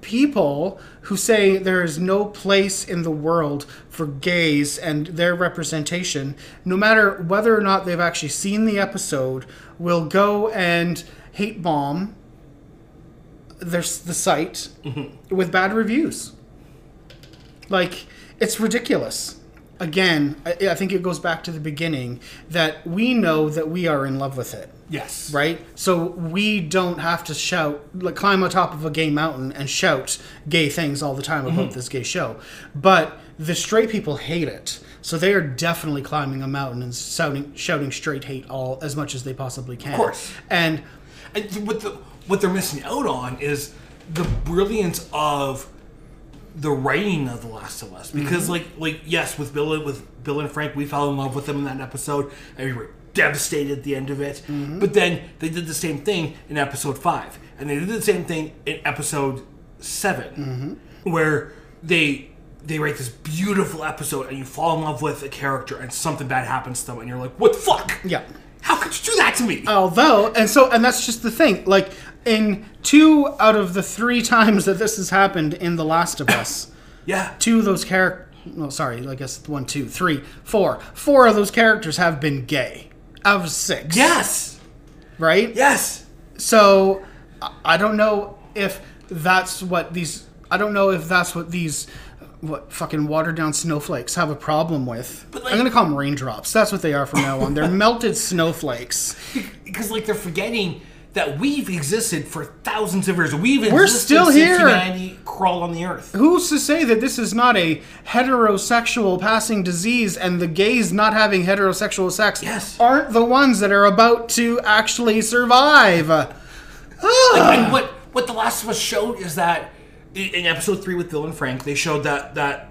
S1: people who say there is no place in the world for gays and their representation, no matter whether or not they've actually seen the episode, will go and hate bomb their s- the site with bad reviews. Like, it's ridiculous. Again, I, I think it goes back to the beginning that we know that we are in love with it,
S2: Yes.
S1: right? So we don't have to shout, like, climb on top of a gay mountain and shout gay things all the time about this gay show. But the straight people hate it. So they are definitely climbing a mountain and shouting, shouting straight hate all as much as they possibly can. Of
S2: course.
S1: And
S2: And th- what the what they're missing out on is the brilliance of the writing of The Last of Us. Because like like yes, with Bill and- with Bill and Frank, we fell in love with them in that episode, and we were devastated at the end of it. But then they did the same thing in episode five, and they did the same thing in episode 7 where they they write this beautiful episode, and you fall in love with a character, and something bad happens to them, and you're like, what the fuck?
S1: yeah. Uh,
S2: How could you do that to me?
S1: although and so and that's just the thing like in two out of the three times that this has happened in the last of us
S2: yeah.
S1: two of those characters no sorry i guess one two three four four of those characters have been gay out of six
S2: Yes.
S1: right
S2: Yes.
S1: so I- I don't know if that's what these. I don't know if that's what these. What fucking watered down snowflakes have a problem with?
S2: But, like-
S1: I'm gonna call them raindrops. That's what they are from now on. They're melted snowflakes.
S2: Because like they're forgetting that we've existed for thousands of years. We've existed
S1: We're still
S2: since
S1: here.
S2: humanity crawled on the earth.
S1: Who's to say that this is not a heterosexual passing disease and the gays not having heterosexual sex
S2: Yes.
S1: aren't the ones that are about to actually survive?
S2: and what what the Last of Us showed is that i- in episode three with Bill and Frank, they showed that that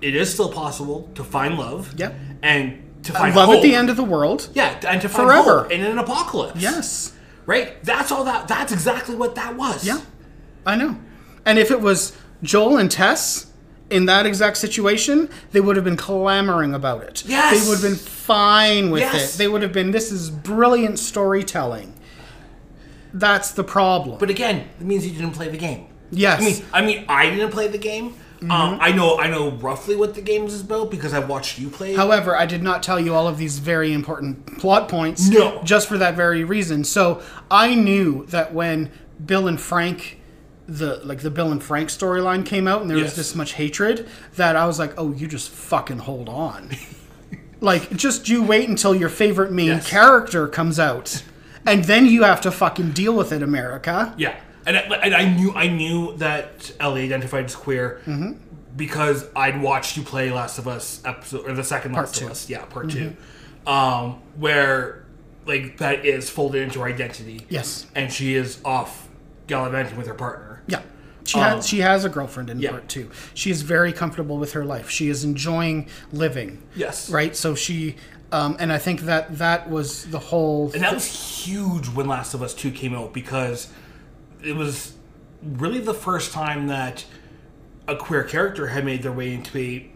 S2: it is still possible to find love.
S1: Yep. Uh,
S2: And to find
S1: Love
S2: hope.
S1: at the end of the world.
S2: Yeah, and to find
S1: Forever.
S2: hope in an apocalypse.
S1: Yes.
S2: Right. That's all that. That's exactly what that was.
S1: Yeah. I know. And if it was Joel and Tess in that exact situation, they would have been clamoring about it.
S2: Yes.
S1: They would have been fine with
S2: Yes.
S1: it. They would have been, this is brilliant storytelling. That's the problem.
S2: But again, it means you didn't play the game.
S1: Yes.
S2: I mean, I mean, I didn't play the game. Um, I know, I know roughly what the game is about because I watched you play. it.
S1: However, I did not tell you all of these very important plot points.
S2: No.
S1: Just for that very reason. So I knew that when Bill and Frank the like the Bill and Frank storyline came out and there
S2: Yes.
S1: was this much hatred that I was like, Oh, you just fucking hold on. like just you wait until your favorite main
S2: Yes.
S1: character comes out. And then you have to fucking deal with it, America.
S2: Yeah, and I, and I knew I knew that Ellie identified as queer because I'd watched you play Last of Us episode or the second Last
S1: two.
S2: of Us, yeah, part two, um, where like that is folded into her identity.
S1: Yes.
S2: and she is off gallivanting with her partner.
S1: Yeah. She,
S2: Um,
S1: has, she has a girlfriend in part two. She is very comfortable with her life. She is enjoying living.
S2: Yes,
S1: Right? So she, um, and I think that that was the whole.
S2: And that was huge when Last of Us 2 came out because it was really the first time that a queer character had made their way into a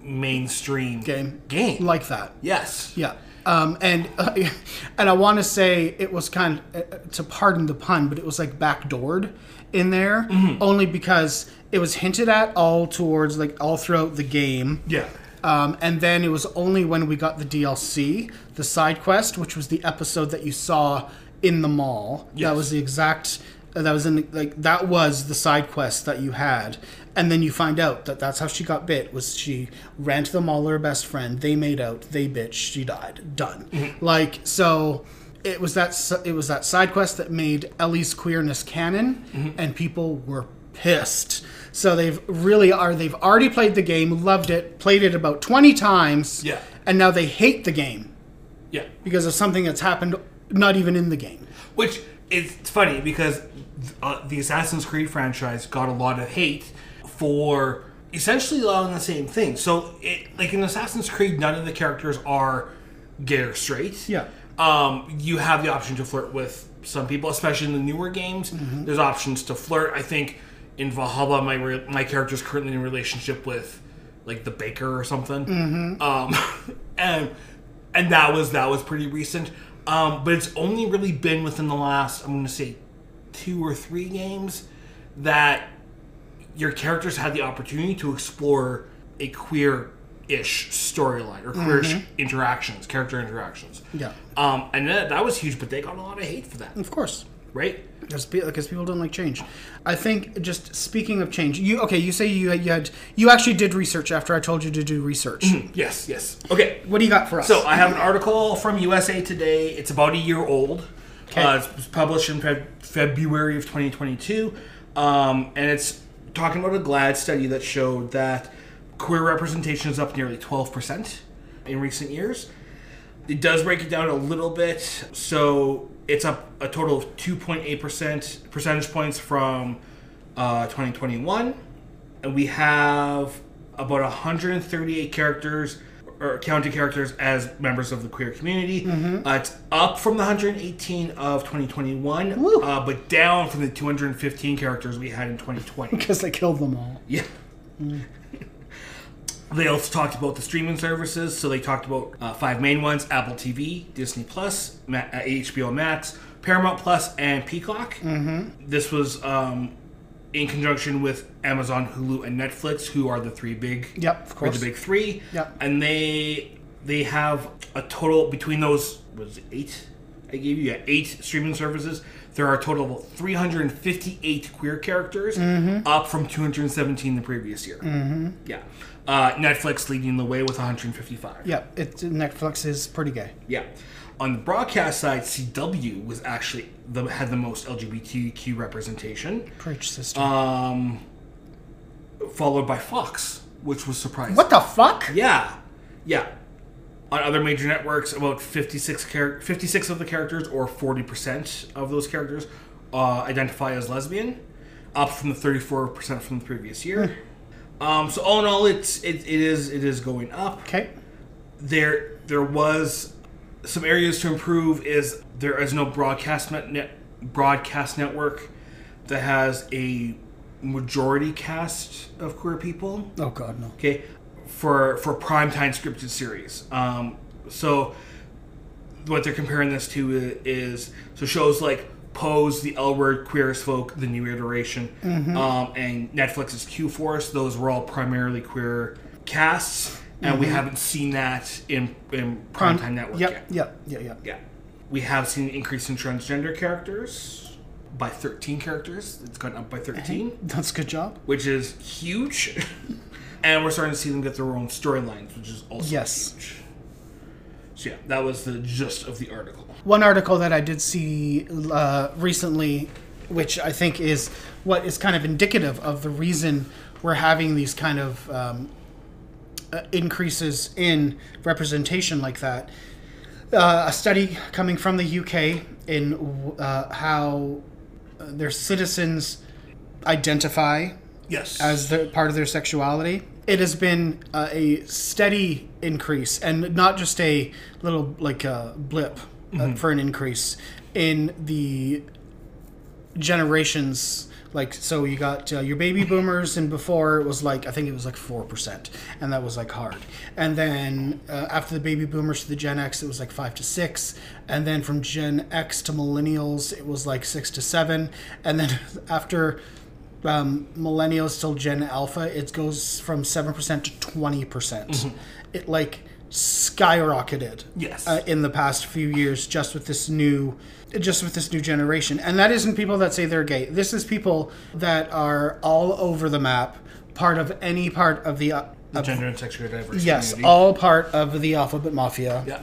S2: mainstream
S1: Game.
S2: Game.
S1: like that.
S2: yes.
S1: Yeah. Um, and and I want to say it was kind of to pardon the pun, but it was like backdoored in there only because it was hinted at all towards like all throughout the game.
S2: Yeah.
S1: Um, and then it was only when we got the DLC, the side quest, which was the episode that you saw in the mall. That
S2: Yes.
S1: was the exact. That was in like that was the side quest that you had, and then you find out that that's how she got bit. Was she ran to the mall with her best friend? They made out. They bitch. She died. Done. Like so. It was that s- it was that side quest that made Ellie's queerness canon, and people were pissed. So they've really are they've already played the game, loved it, played it about twenty times,
S2: Yeah.
S1: and now they hate the game
S2: Yeah.
S1: because of something that's happened not even in the game.
S2: Which is funny because uh, the Assassin's Creed franchise got a lot of hate for essentially allowing the same thing. So, it, like in Assassin's Creed, none of the characters are gay or straight.
S1: Yeah.
S2: Um, you have the option to flirt with some people, especially in the newer games. There's options to flirt. I think in Valhalla, my re- my character's currently in a relationship with like the baker or something. Um, and and that was that was pretty recent. Um, but it's only really been within the last I'm going to say two or three games that your characters had the opportunity to explore a queer-ish storyline or queer-ish interactions, character interactions.
S1: Yeah.
S2: Um, and that, that was huge, but they got a lot of hate for that,
S1: Of course.
S2: right?
S1: Because people don't like change. I think just speaking of change, you okay? You say you you had you actually did research after I told you to do research.
S2: Yes, yes. Okay,
S1: What do you got for us?
S2: Mm-hmm. so I have an article from USA Today. It's about a year old. Uh, it was published in Feb- February of 2022, um, and it's talking about a GLAD study that showed that queer representation is up nearly 12% in recent years. It does break it down a little bit. So it's up a total of 2.8% percentage points from uh, 2021. And we have about 138 characters or county characters as members of the queer community. Uh, it's up from the 118 of 2021,
S1: Woo.
S2: uh, but down from the 215 characters we had in 2020.
S1: because they killed them all.
S2: Yeah. they also talked about the streaming services. So they talked about uh, five main ones: Apple TV, Disney Plus, Ma- uh, HBO Max, Paramount Plus, and Peacock. Mm-hmm. This was um, in conjunction with Amazon, Hulu, and Netflix, who are the three big
S1: Yep, of
S2: were
S1: course.
S2: the big three.
S1: Yep.
S2: And they they have a total between those was it eight. I gave you yeah, eight streaming services. There are a total of about 358 queer characters,
S1: Mm-hmm.
S2: up from 217 the previous year. Mm-hmm. Yeah, uh, Netflix leading the way with 155.
S1: Yeah, it Netflix is pretty gay.
S2: Yeah. On the broadcast side, CW was actually the, had the most LGBTQ representation,
S1: Preach sister.
S2: um, followed by Fox, which was surprising.
S1: what the fuck?
S2: Yeah, yeah. On other major networks, about 56, char- 56 of the characters, or 40% of those characters, uh, identify as lesbian, up from the 34% from the previous year. um, so all in all, it's it, it is it is going up
S1: Okay.
S2: there there was some areas to improve is there is no broadcast net, net broadcast network that has a majority cast of queer people
S1: Oh god, no.
S2: okay for for primetime scripted series um so what they're comparing this to i- is so shows like Pose, The L Word, Queer as Folk, The New Iteration, um, and Netflix's Q Force. Those were all primarily queer casts, and we haven't seen that in in primetime network
S1: Um, Yep,
S2: yet.
S1: yep, yeah, yeah.
S2: Yeah, we have seen an increase in transgender characters by thirteen characters. It's gone up by thirteen
S1: That's a good job.
S2: which is huge. and we're starting to see them get their own storylines, which is also
S1: Yes.
S2: huge. So yeah, that was the gist of the article.
S1: One article that I did see uh, recently, which I think is what is kind of indicative of the reason we're having these kind of um, uh, increases in representation like that. Uh, a study coming from the UK in uh, how their citizens identify
S2: Yes.
S1: as their, part of their sexuality. It has been uh, a steady increase, and not just a little like a blip uh, for an increase in the generations. Like so, you got uh, your baby boomers, and before it was like I think it was like four percent, and that was like hard. And then uh, after the baby boomers to the Gen X, it was like five to six, and then from Gen X to millennials, it was like six to seven, and then after um, millennials till Gen Alpha, it goes from seven percent to twenty percent. It like skyrocketed
S2: Yes.
S1: uh, in the past few years, just with this new, just with this new generation. And that isn't people that say they're gay. This is people that are all over the map, part of any part of the. Uh, of-
S2: Gender and sexual diversity.
S1: Yes,
S2: community.
S1: all part of the alphabet mafia.
S2: Yeah.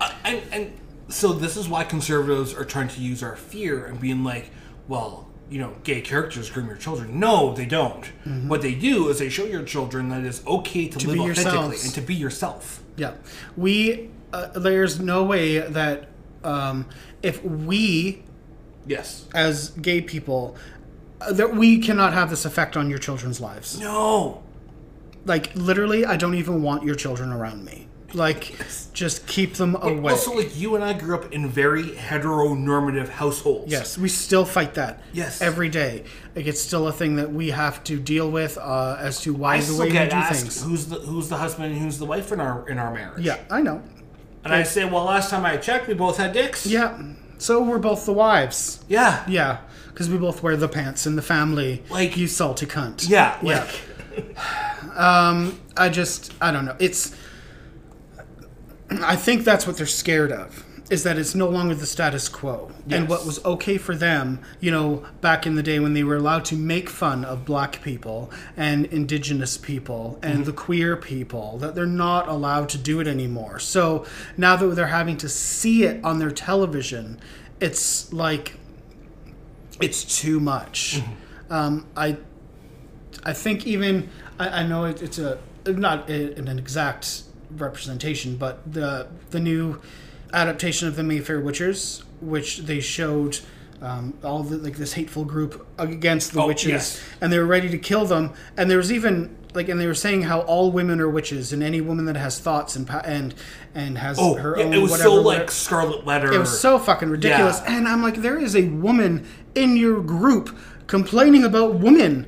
S2: Uh, and, and so this is why conservatives are trying to use our fear and being like, well, you know, gay characters groom your children. No, they don't. What they do is they show your children that it's okay to, live
S1: Mm-hmm. be
S2: authentically
S1: yourselves.
S2: and to be yourself.
S1: Yeah, we. Uh, there's no way that um, if we
S2: Yes.
S1: as gay people uh, that we cannot have this effect on your children's lives.
S2: No.
S1: Like literally, I don't even want your children around me. Like, just keep them away.
S2: Also, like you and I grew up in very heteronormative households.
S1: Yes, we still fight that.
S2: Yes.
S1: every day. Like it's still a thing that we have to deal with uh, as to why
S2: I
S1: the
S2: still
S1: way we do
S2: get asked
S1: things.
S2: who's the who's the husband and who's the wife in our in our marriage.
S1: Yeah, I know.
S2: And I say, well, last time I checked, we both had dicks.
S1: Yeah, so we're both the wives.
S2: Yeah.
S1: Yeah, because we both wear the pants in the family.
S2: Like-
S1: you, salty cunt.
S2: Yeah. Like,
S1: I just I don't know. It's I think that's what they're scared of is that it's no longer the status quo. And
S2: Yes.
S1: what was okay for them, you know, back in the day when they were allowed to make fun of black people and indigenous people and the queer people that they're not allowed to do it anymore. So now that they're having to see it on their television, it's like it's too much. Um, I I think even I, I know it, it's a not a, an exact representation, but the the new adaptation of the Mayfair Witchers, which they showed um, all the, like this hateful group against the witches,
S2: Oh, yes.
S1: and they were ready to kill them, and there was even like and they were saying how all women are witches, and any woman that has thoughts and pa- and and has
S2: Oh,
S1: her
S2: yeah,
S1: own
S2: it was
S1: whatever,
S2: so
S1: whatever-
S2: like Scarlet Letter.
S1: it was so fucking ridiculous.
S2: Yeah.
S1: And I'm like, there is a woman in your group complaining about women.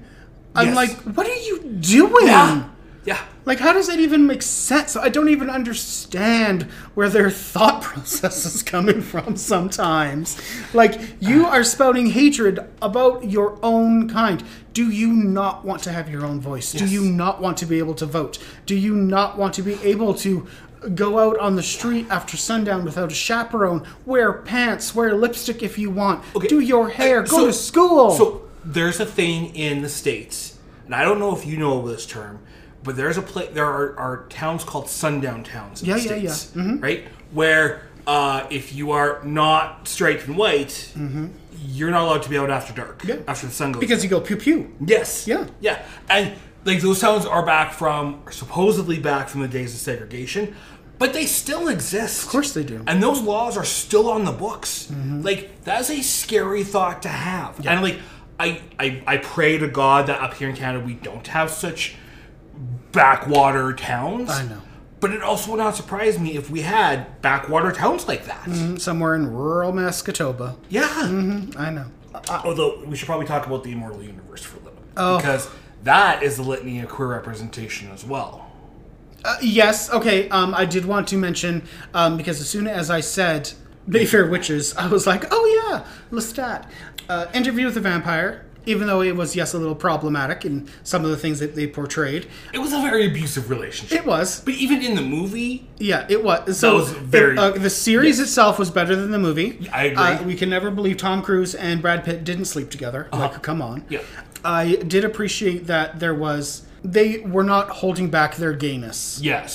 S1: I'm
S2: Yes.
S1: like, what are you doing?
S2: yeah, yeah.
S1: Like, how does that even make sense? I don't even understand where their thought process is coming from sometimes. Like, you
S2: Ah.
S1: are spouting hatred about your own kind. Do you not want to have your own voice? Do
S2: Yes.
S1: you not want to be able to vote? Do you not want to be able to go out on the street after sundown without a chaperone? Wear pants, wear lipstick if you want,
S2: Okay.
S1: do your hair,
S2: Uh,
S1: go
S2: so-
S1: to school.
S2: So there's a thing in the states, and I don't know if you know this term, but there's a place. There are, are towns called sundown towns. In the
S1: Yeah, yeah, yeah. Mm-hmm.
S2: states, Right, where uh, if you are not straight and white, you're not allowed to be out after dark.
S1: Mm-hmm. Yeah.
S2: After the sun goes.
S1: because you go pew pew.
S2: yes.
S1: Yeah.
S2: Yeah, and like those towns are back from, are supposedly back from the days of segregation. But they still exist.
S1: Of course they do.
S2: And those laws are still on the books.
S1: Mm-hmm.
S2: Like that's a scary thought to have. And like I, I I pray to God that up here in Canada we don't have such backwater towns.
S1: I know.
S2: But it also would not surprise me if we had backwater towns like that.
S1: Somewhere in rural Mascatoba.
S2: Yeah. Uh,
S1: I know.
S2: Although we should probably talk about the immortal universe for a little bit.
S1: Oh.
S2: Because that is the litany of queer representation as well.
S1: Uh, yes. Okay. Um, I did want to mention um, because as soon as I said Mayfair Witches, I was like, oh yeah, Lestat. Uh, interview with the Vampire. Even though it was yes a little problematic in some of the things that they portrayed,
S2: It was a very abusive relationship.
S1: it was.
S2: but even in the movie,
S1: Yeah, it was. So
S2: was very-
S1: uh, the series itself was better than the movie.
S2: I agree.
S1: Uh, we can never believe Tom Cruise and Brad Pitt didn't sleep together. Like, come on.
S2: Uh-huh. Yeah.
S1: I did appreciate that there was. They were not holding back their gayness.
S2: yes.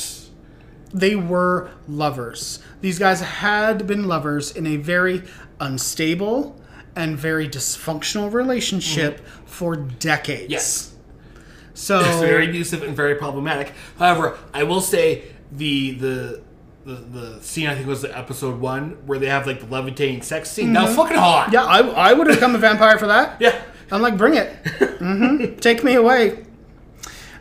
S1: they were lovers. These guys had been lovers in a very unstable and very dysfunctional relationship for decades.
S2: Mm-hmm. Yes.
S1: So
S2: It's very abusive and very problematic. However, I will say the the the, the scene I think was the episode one where they have like the levitating sex scene. That was fucking hot.
S1: yeah, I, I would have become a vampire for that.
S2: Yeah.
S1: I'm like, bring it. hmm Take me away.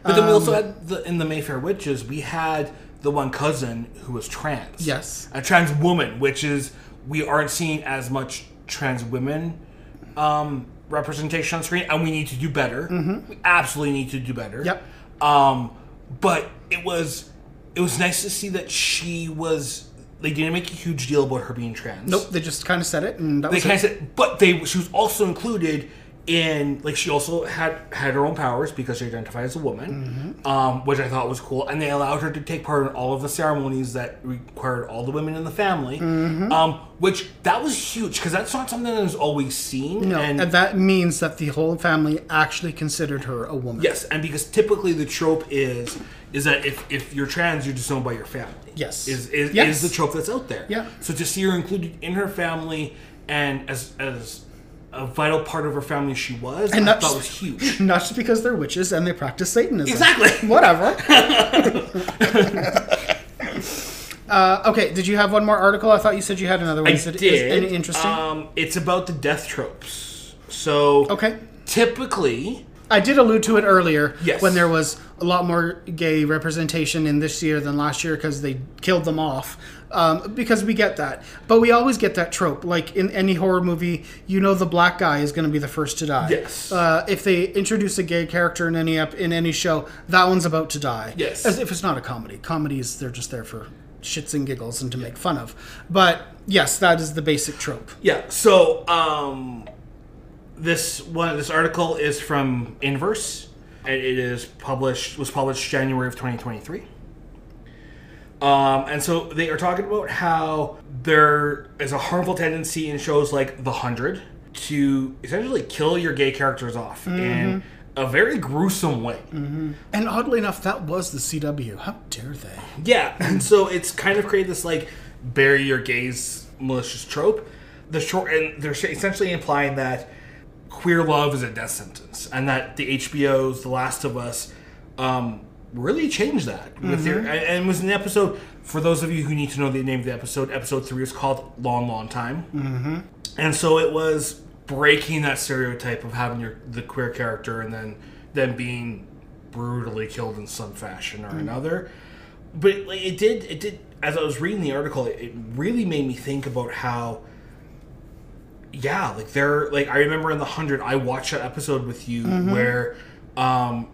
S2: But then we also
S1: Um,
S2: had the, in the Mayfair Witches, we had the one cousin who was trans.
S1: Yes.
S2: A trans woman, which is we aren't seeing as much trans women um, representation on screen, and we need to do better. We absolutely need to do better.
S1: Mm-hmm. Yep.
S2: Um, but it was it was nice to see that she was. They didn't make a huge deal about her being trans.
S1: Nope, they just kind of said it, and that
S2: They
S1: was it.
S2: kind of said, but they she was also included in like she also had had her own powers because she identified as a woman, um, which I thought was cool. And they allowed her to take part in all of the ceremonies that required all the women in the family, um, which that was huge because that's not something that is always seen.
S1: No,
S2: and,
S1: and that means that the whole family actually considered her a woman.
S2: yes, and because typically the trope is is that if if you're trans, you're disowned by your family.
S1: Yes.
S2: is is,
S1: Yes.
S2: is the trope that's out there.
S1: Yeah.
S2: So to see her included in her family and as as a vital part of her family she was,
S1: And
S2: I
S1: that's-
S2: thought was huge.
S1: Not just because they're witches and they practice Satanism.
S2: Exactly.
S1: Whatever. uh, okay, did you have one more article? I thought you said you had another one.
S2: I
S1: Is it- is
S2: did.
S1: any interesting?
S2: Um, it's about the death tropes. So
S1: okay.
S2: typically,
S1: I did allude to it earlier
S2: Yes.
S1: when there was a lot more gay representation in this year than last year because they killed them off. Um, because we get that. But we always get that trope. Like in any horror movie, you know the black guy is going to be the first to die.
S2: Yes.
S1: Uh, if they introduce a gay character in any ep- in any show, that one's about to die.
S2: Yes.
S1: As if it's not a comedy. Comedies, they're just there for shits and giggles and to make fun of. But yes, that is the basic trope.
S2: yeah. So um, this one, this article is from Inverse, and it is published was published January of 2023. Um, and so they are talking about how there is a harmful tendency in shows like The Hundred to essentially kill your gay characters off in a very gruesome way.
S1: And oddly enough, that was the CW. How dare they?
S2: Yeah, and so it's kind of created this like bury your gays malicious trope. The short and they're essentially implying that queer love is a death sentence, and that the HBO's The Last of Us um, really changed that with their and, and it was an episode. For those of you who need to know the name of the episode, episode three is called "Long, Long Time," mm-hmm. and so it was breaking that stereotype of having your the queer character and then then being brutally killed in some fashion or
S1: Hmm.
S2: another but like, it did it did as i was reading the article it, it really made me think about how yeah like there like i remember in the 100 i watched that episode with you
S1: Mm-hmm.
S2: where um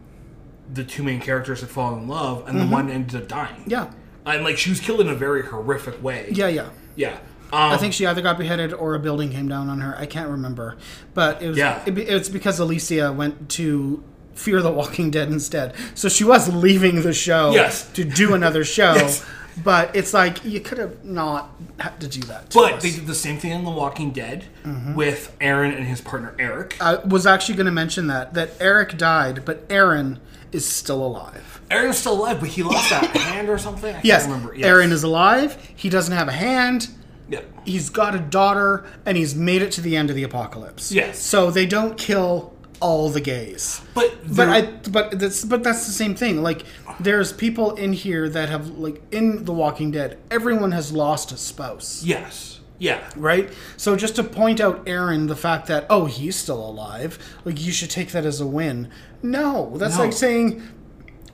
S2: the two main characters had fallen in love and the one ended up dying
S1: Mm-hmm. Yeah.
S2: and like she was killed in a very horrific way
S1: Yeah, yeah.
S2: yeah um,
S1: I think she either got beheaded or a building came down on her. I can't remember, but it was
S2: Yeah.
S1: it, it's because Alicia went to Fear the Walking Dead instead. So she was leaving the show
S2: Yes.
S1: to do another show.
S2: Yes.
S1: But it's like you could have not had to do that. To
S2: but
S1: us.
S2: they did the same thing in the walking dead
S1: Mm-hmm.
S2: with aaron and his partner eric
S1: I was actually going to mention that that Eric died, but Aaron is still alive.
S2: aaron's still alive but he lost that hand or something i
S1: Yes,
S2: can't remember
S1: Aaron is alive. He doesn't have a hand.
S2: yeah.
S1: he's got a daughter and he's made it to the end of the apocalypse.
S2: Yes.
S1: So they don't kill all the gays.
S2: but
S1: But
S2: there-
S1: I but that's but that's the same thing. Like there's people in here that have like in The Walking Dead, everyone has lost a spouse.
S2: yes yeah
S1: Right? So just to point out Aaron the fact that oh he's still alive, like you should take that as a win. No, that's
S2: No.
S1: like saying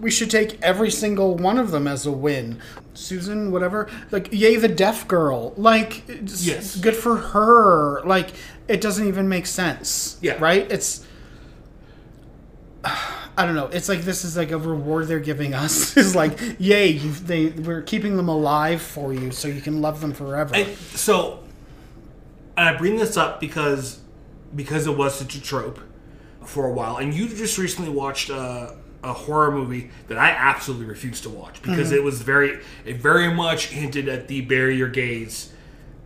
S1: we should take every single one of them as a win. Susan, whatever, like yay the deaf girl, like it's
S2: Yes.
S1: good for her. Like it doesn't even make sense.
S2: Yeah.
S1: right. It's I don't know. It's like this is like a reward they're giving us. It's like yay, you, they we're keeping them alive for you, so you can love them forever.
S2: I, so, and I bring this up because because it was such a trope for a while, and you just recently watched a, a horror movie that I absolutely refused to watch because it was very it very much hinted at the bury your gaze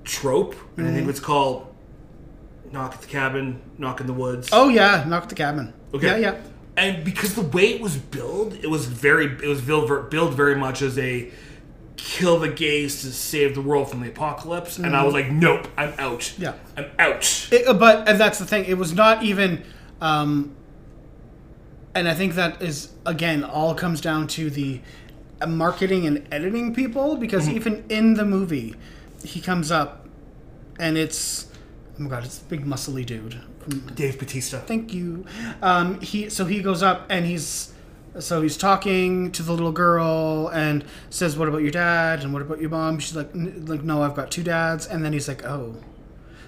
S2: trope, and I think it's called "Knock at the Cabin," "Knock in the Woods."
S1: oh yeah, knock the cabin.
S2: Okay.
S1: Yeah, yeah.
S2: And because the way it was billed, it was very it was billed, billed very much as a kill the gays to save the world from the apocalypse, and I was like, nope, I'm out.
S1: Mm-hmm. Yeah.
S2: I'm out.
S1: It- uh, but and that's the thing. It was not even, um, and I think that is again all comes down to the uh, marketing and editing people because even in the movie, he comes up, and it's oh my god, it's a big muscly dude.
S2: Dave Batista.
S1: Thank you. Um, he so he goes up and he's so he's talking to the little girl and says, "What about your dad? And what about your mom?" She's like, "N- "Like no, I've got two dads." And then he's like, "Oh."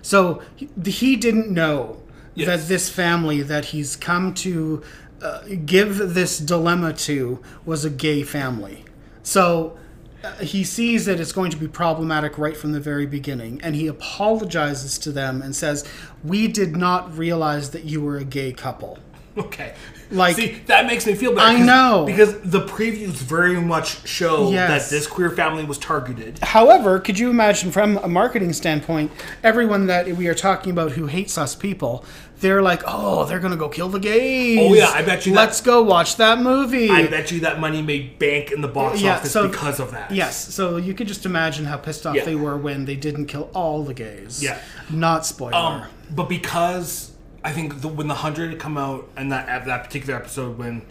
S1: So he, he didn't know
S2: Yes.
S1: that this family that he's come to uh, give this dilemma to was a gay family. So uh, he sees that it's going to be problematic right from the very beginning, and he apologizes to them and says, "We did not realize that you were a gay couple."
S2: Okay.
S1: Like-
S2: see, that makes me feel better.
S1: I
S2: 'cause-
S1: know.
S2: because the previews very much show
S1: Yes.
S2: that this queer family was targeted.
S1: However, could you imagine from a marketing standpoint, everyone that we are talking about who hates us people, they're like, "Oh, they're gonna go kill the gays."
S2: Oh, yeah, I bet you that-
S1: Let's go watch that movie.
S2: I bet you that money made bank in the box
S1: Yeah,
S2: office
S1: so-
S2: because of that.
S1: Yes, so you could just imagine how pissed off
S2: Yeah.
S1: they were when they didn't kill all the gays.
S2: Yeah.
S1: Not spoiler.
S2: Um, but because I think the, when the hundred had come out and that at that particular episode when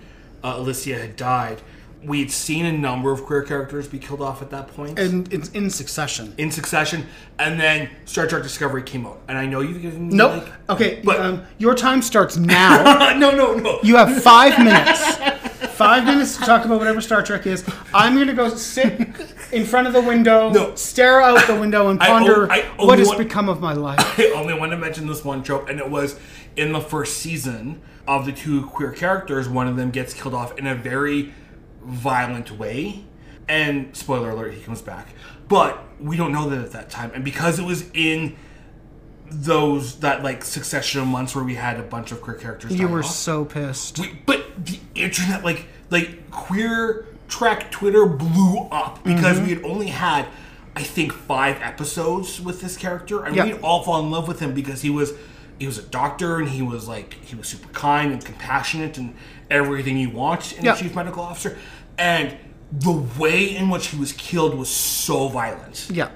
S2: uh, Alicia had died, we had seen a number of queer characters be killed off at that point
S1: and it's in succession.
S2: in succession, and then Star Trek Discovery came out, and I know you've given me
S1: Nope.
S2: like-
S1: Okay,
S2: but-
S1: um, your time starts now.
S2: no, no, no.
S1: You have five minutes. Five minutes to talk about whatever Star Trek is. I'm gonna go sit in front of the window,
S2: No.
S1: stare out the window, and
S2: I o-
S1: ponder
S2: I only
S1: what has
S2: want-
S1: become of my life.
S2: I only want to mention this one trope, and it was in the first season of the two queer characters, one of them gets killed off in a very violent way. And spoiler alert, he comes back. But we don't know that at that time. And because it was in those that like succession of months where we had a bunch of queer characters.
S1: You
S2: die
S1: were
S2: off,
S1: so pissed.
S2: we, but the internet, like like queer track Twitter blew up because
S1: Mm-hmm.
S2: we had only had, I think, five episodes with this character, and
S1: Yeah.
S2: we'd all fall in love with him because he was he was a doctor and he was like he was super kind and compassionate and everything you want in
S1: Yeah.
S2: a chief medical officer, and the way in which he was killed was so violent.
S1: yeah.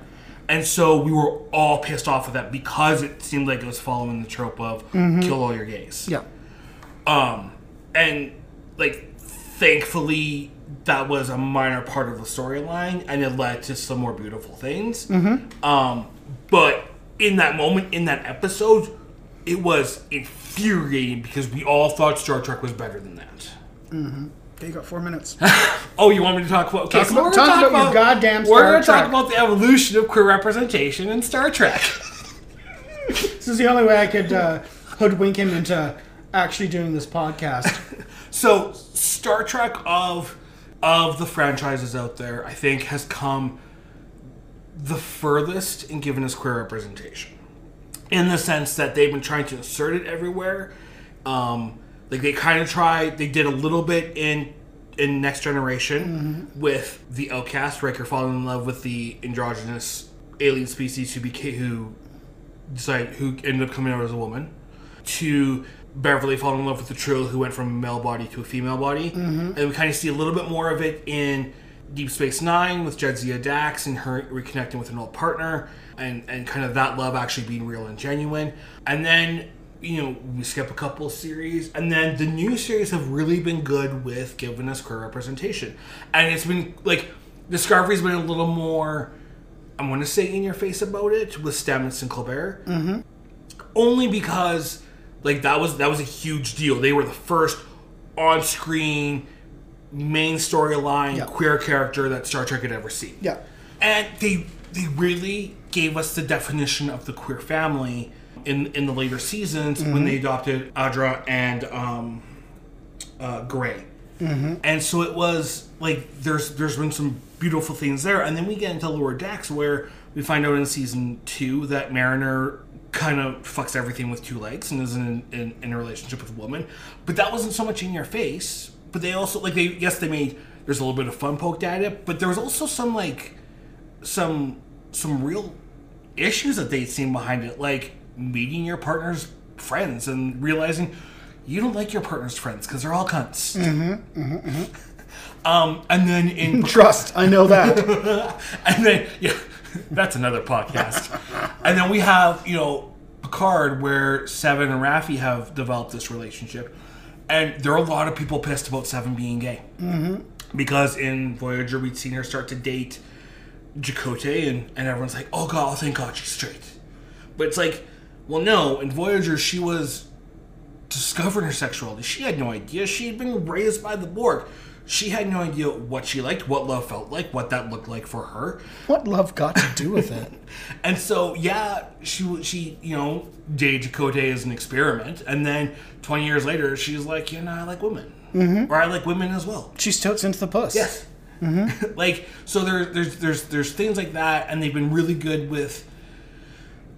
S2: And so we were all pissed off with that because it seemed like it was following the trope of
S1: Mm-hmm.
S2: kill all your gays.
S1: Yeah.
S2: Um, and like, thankfully, that was a minor part of the storyline, and it led to some more beautiful things.
S1: Mm-hmm.
S2: Um, but in that moment, in that episode, it was infuriating because we all thought Star Trek was better than that.
S1: Okay, you got four minutes.
S2: Oh, you want me to talk about? Okay,
S1: Talk
S2: so
S1: about-
S2: we're
S1: talk
S2: gonna talk
S1: about your
S2: about,
S1: goddamn
S2: We're
S1: Star
S2: gonna
S1: Trek.
S2: talk about the evolution of queer representation in Star Trek.
S1: this is the only way I could uh, hoodwink him into actually doing this podcast.
S2: So Star Trek of of the franchises out there, I think, has come the furthest in giving us queer representation, in the sense that they've been trying to insert it everywhere. Um, like they kind of tried, they did a little bit in in Next Generation with the outcast Riker falling in love with the androgynous alien species who became who decide who ended up coming out as a woman to Beverly falling in love with the Trill, who went from a male body to a female body. And we kind of see a little bit more of it in Deep Space Nine with Jedzia Dax and her reconnecting with an old partner and, and kind of that love actually being real and genuine. And then, you know, we skip a couple series. And then the new series have really been good with giving us queer representation. And it's been like Discovery's been a little more, I'm going to say in your face about it with Stamets and Colbert
S1: Mm-hmm.
S2: only because like that was that was a huge deal. They were the first on-screen main storyline
S1: Yeah.
S2: queer character that Star Trek had ever seen.
S1: Yeah.
S2: And they they really gave us the definition of the queer family in in the later seasons when they adopted Adra and um, uh, Gray. And so it was like there's there's been some beautiful things there, and then we get into Lower Decks where we find out in season two that Mariner kind of fucks everything with two legs and is in, in in a relationship with a woman, but that wasn't so much in your face. But they also like they yes they made there's a little bit of fun poked at it, but there was also some like some some real issues that they'd seen behind it, like meeting your partner's friends and realizing you don't like your partner's friends because they're all cunts. Um, and then in
S3: Trust, I know that.
S2: and then yeah, that's another podcast. and then we have you know Picard, where Seven and Raffi have developed this relationship, and there are a lot of people pissed about Seven being gay mm-hmm. because in Voyager we'd seen her start to date Jacote, and and everyone's like, oh god, oh, thank God she's straight. But it's like, well, no, in Voyager she was discovered her sexuality. She had no idea. She had been raised by the Borg. She had no idea what she liked, what love felt like, what that looked like for her.
S1: What love got to do with it?
S2: And so, yeah, she w- she you know dated Jacote as an experiment, and then twenty years later, she's like, you know, I like women, or I like women as well.
S1: She's totes into the puss.
S2: Yes. like so, there, there's there's there's things like that, and they've been really good with,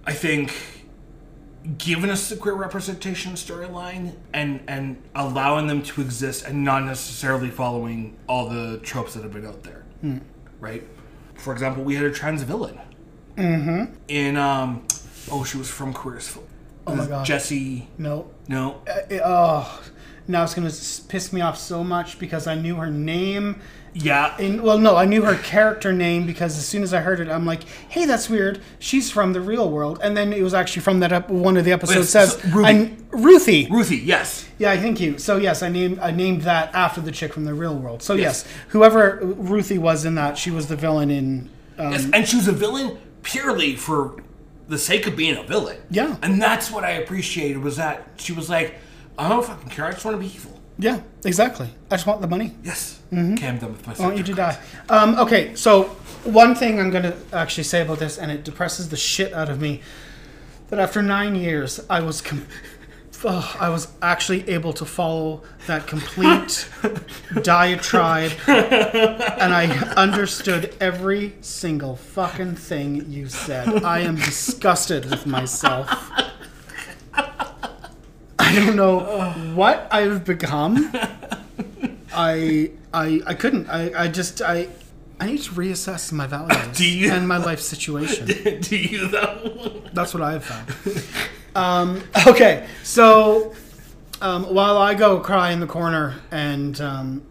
S2: I think, giving us the queer representation storyline and and allowing them to exist and not necessarily following all the tropes that have been out there, right? For example, we had a trans villain in um, oh, she was from Queer as Folk.
S1: Oh my God.
S2: Jesse,
S1: No.
S2: no,
S1: Uh, oh, now it's gonna s- piss me off so much because I knew her name.
S2: yeah,
S1: And, well, no, I knew her character name because as soon as I heard it, I'm like, "Hey, that's weird. She's from the real world." And then it was actually from that ep- one of the episodes
S2: Wait,
S1: says
S2: so- Ruthie.
S1: I- Ruthie.
S2: Ruthie, yes,
S1: Yeah, I think you. So yes, I named I named that after the chick from the real world. So yes, whoever Ruthie was in that, she was the villain in. Um,
S2: Yes, and she was a villain purely for the sake of being a villain.
S1: Yeah.
S2: And that's what I appreciated was that she was like, I don't fucking care. I just want to be evil.
S1: yeah, exactly. I just want the money.
S2: Yes. Okay, I'm done with myself.
S1: Mm-hmm. I want you to die. Um, okay, so one thing I'm going to actually say about this, and it depresses the shit out of me, that after nine years, I was. Com- Ugh, I was actually able to follow that complete diatribe, and I understood every single fucking thing you said. I am disgusted with myself. I don't know what I've become. I I I couldn't. I, I just I I need to reassess my values
S2: Do you-
S1: and my life situation.
S2: Do you though?
S1: That's what I've found. Um, okay, so um, while I go cry in the corner and um,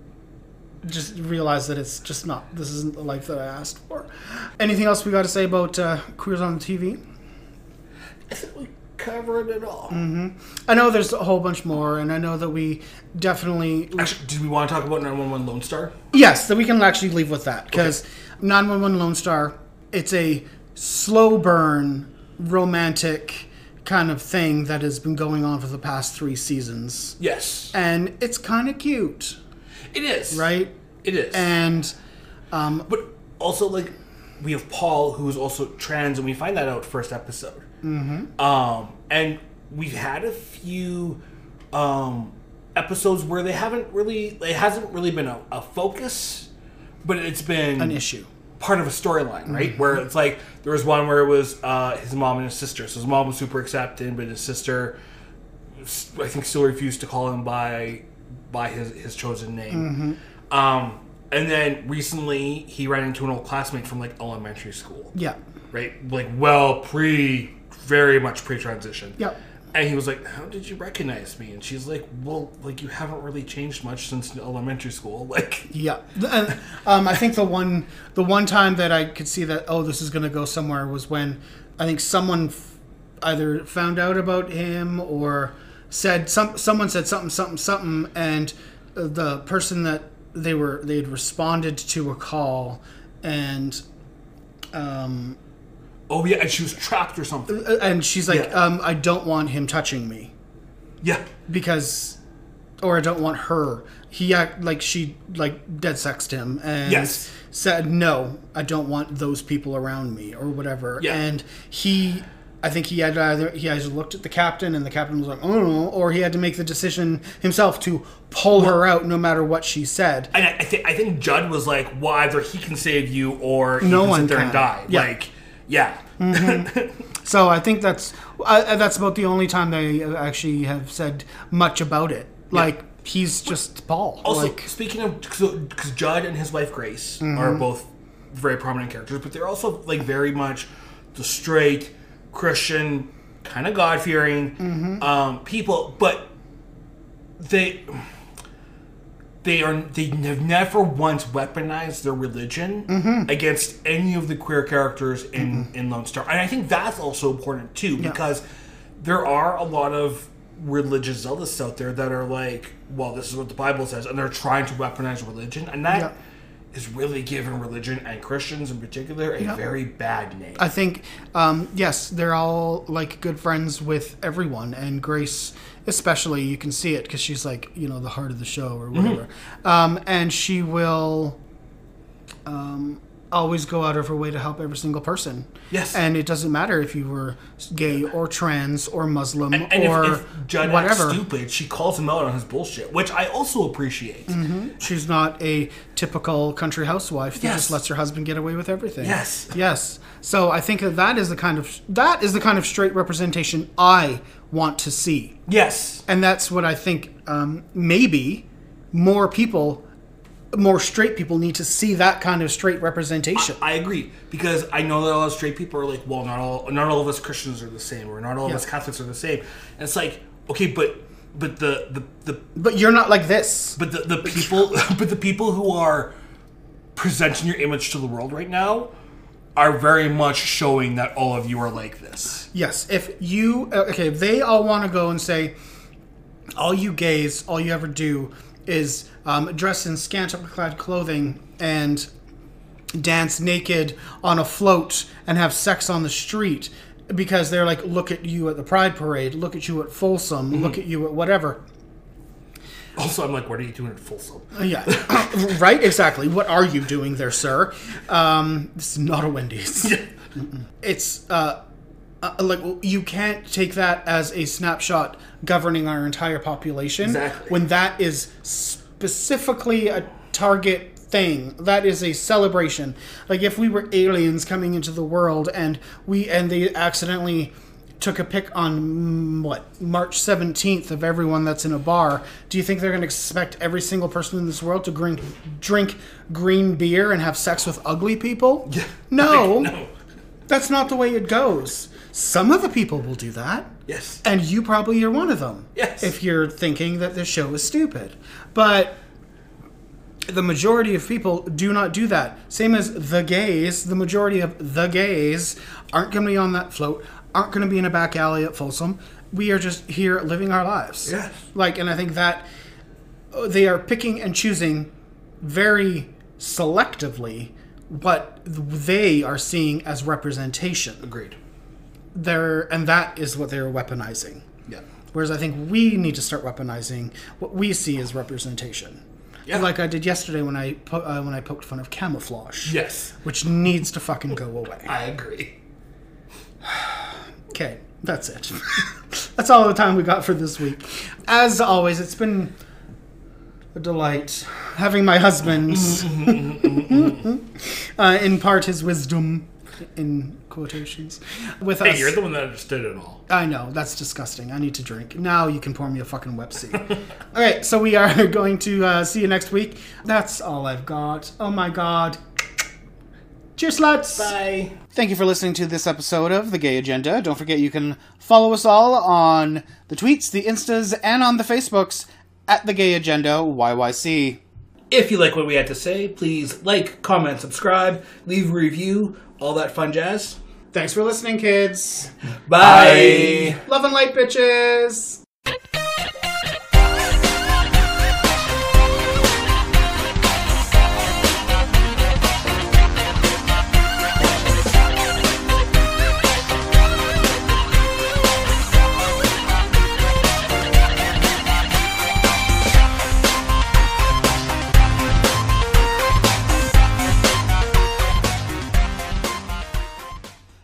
S1: just realize that it's just not this isn't the life that I asked for. Anything else we got to say about uh, queers on TV?
S2: I think we covered it all.
S1: Mm-hmm. I know there's a whole bunch more, and I know that we definitely
S2: Actually, did we want to talk about 911 Lone Star?
S1: Yes, that we can actually leave with that because 911 Lone Star, it's a slow burn, romantic kind of thing that has been going on for the past three seasons.
S2: Yes.
S1: And it's kind of cute,
S2: It is.
S1: Uh, right?
S2: It is.
S1: And
S2: but also, like, we have Paul, who is also trans, and we find that out first episode. Mm-hmm. Um, and we've had a few um, episodes where they haven't really, it hasn't really been a, a focus, but it's been
S1: an issue.
S2: part of a storyline, right?
S1: Mm-hmm.
S2: Where it's like there was one where it was uh, his mom and his sister. So his mom was super accepting, but his sister, s- I think, still refused to call him by by his his chosen name.
S1: Mm-hmm.
S2: Um, and then recently, he ran into an old classmate from like elementary school,
S1: Yeah.
S2: right? Like well pre, very much pre transition.
S1: Yep.
S2: And he was like, "How did you recognize me?" And she's like, "Well, like you haven't really changed much since elementary school, like."
S1: Yeah, and um, I think the one the one time that I could see that oh this is going to go somewhere was when I think someone f- either found out about him or said some someone said something something something and uh, the person that they were they had responded to a call and um
S2: Oh yeah, and she was trapped or something.
S1: uh, and she's like
S2: Yeah.
S1: um I don't want him touching me
S2: Yeah.
S1: because or I don't want her. He act like she like dead sexed him and
S2: Yes.
S1: said no, I don't want those people around me or whatever.
S2: Yeah.
S1: And he I think he had either he either looked at the captain and the captain was like, "Oh," or he had to make the decision himself to pull her out no matter what she said.
S2: And I, I, th- I think Judd was like, well, either he can save you or he
S1: No
S2: can
S1: one
S2: sit there and
S1: can.
S2: die.
S1: Yeah. Mm,
S2: Like, yeah.
S1: So I think that's I, I- that's about the only time they actually have said much about it. Like he's just Paul.
S2: Also,
S1: like Mm-hmm.
S2: speaking of, because Judd and his wife Grace are both very prominent characters, but they're also like very much the straight Christian kind of God
S1: Mm-hmm.
S2: fearing um, people, but they They are they have never once weaponized their religion
S1: Mm-hmm.
S2: against any of the queer characters in in Lone Star, and I think that's also important too because there are a lot of religious zealots out there that are like, well, this is what the Bible says, and they're trying to weaponize religion, and that is
S1: Yeah.
S2: really giving religion and Christians in particular a very bad name.
S1: I think, um, yes, they're all like good friends with everyone, and Grace especially. You can see it because she's like you know the heart of the show
S2: Mm-hmm.
S1: or whatever, um, and she will um, always go out of her way to help every single person.
S2: Yes.
S1: and it doesn't matter if you were gay or trans or Muslim
S2: And
S1: or
S2: if, if Judd
S1: whatever.
S2: acts stupid, she calls him out on his bullshit, which I also appreciate.
S1: Mm-hmm. She's not a typical country housewife that
S2: Yes.
S1: just lets her husband get away with everything.
S2: Yes.
S1: Yes. So I think that that is the kind of that is the kind of straight representation I want to see,
S2: Yes.
S1: and that's what I think um, maybe more people, more straight people need to see that kind of straight representation.
S2: I agree because I know that a lot of straight people are like, well, not all, not all of us Christians are the same, or not all
S1: Yeah.
S2: of us Catholics are the same. And it's like, okay, but but the the, the
S1: but you're not like this.
S2: but the, the people but the people who are presenting your image to the world right now are very much showing that all of you are like this.
S1: Yes. If you uh, okay, if they all want to go and say, all you gays, all you ever do is um, dress in scant upper-clad clothing and dance naked on a float and have sex on the street because they're like, look at you at the Pride Parade, look at you at Folsom, look at you at whatever.
S2: Also, I'm like, what are you doing at Folsom?
S1: Uh, Yeah, right. Exactly. What are you doing there, sir? Um, this is not a Wendy's. Mm-mm. it's uh, uh, like well, you can't take that as a snapshot governing our entire population.
S2: Exactly.
S1: When that is specifically a target thing that is a celebration like if we were aliens coming into the world and we and they accidentally took a pick on mm, what March 17th of everyone that's in a bar do you think they're going to expect every single person in this world to drink drink green beer and have sex with ugly people no,
S2: No.
S1: that's not the way it goes some of the people will do that
S2: Yes.
S1: and you probably are one of them.
S2: Yes.
S1: If you're thinking that this show is stupid. But the majority of people do not do that. Same as the gays, the majority of the gays aren't going to be on that float, aren't going to be in a back alley at Folsom. We are just here living our lives.
S2: Yes.
S1: Like, and I think that uh, they are picking and choosing very selectively what they are seeing as representation.
S2: Agreed.
S1: They're, and that is what they're weaponizing.
S2: Yeah.
S1: Whereas I think we need to start weaponizing what we see as representation.
S2: Yeah.
S1: Like I did yesterday when I po- uh, when I poked fun of camouflage.
S2: Yes.
S1: Which needs to fucking go away.
S2: I agree.
S1: Okay, that's it. that's all the time we got for this week. As always, it's been a delight having my husband uh, impart his wisdom in quotations with us.
S2: Hey, you're the one that understood it all.
S1: I know that's disgusting. I need to drink now. You can pour me a fucking Pepsi. okay, so we are going to uh, see you next week. That's all I've got. Oh my god. Cheers, lads.
S2: Bye.
S4: Thank you for listening to this episode of The Gay Agenda. Don't forget you can follow us all on the tweets, the instas, and on the Facebooks at The Gay Agenda YYC.
S2: If you like what we had to say, please like, comment, subscribe, leave a review, all that fun jazz.
S1: Thanks for listening, kids.
S2: Bye.
S1: Love and light, bitches.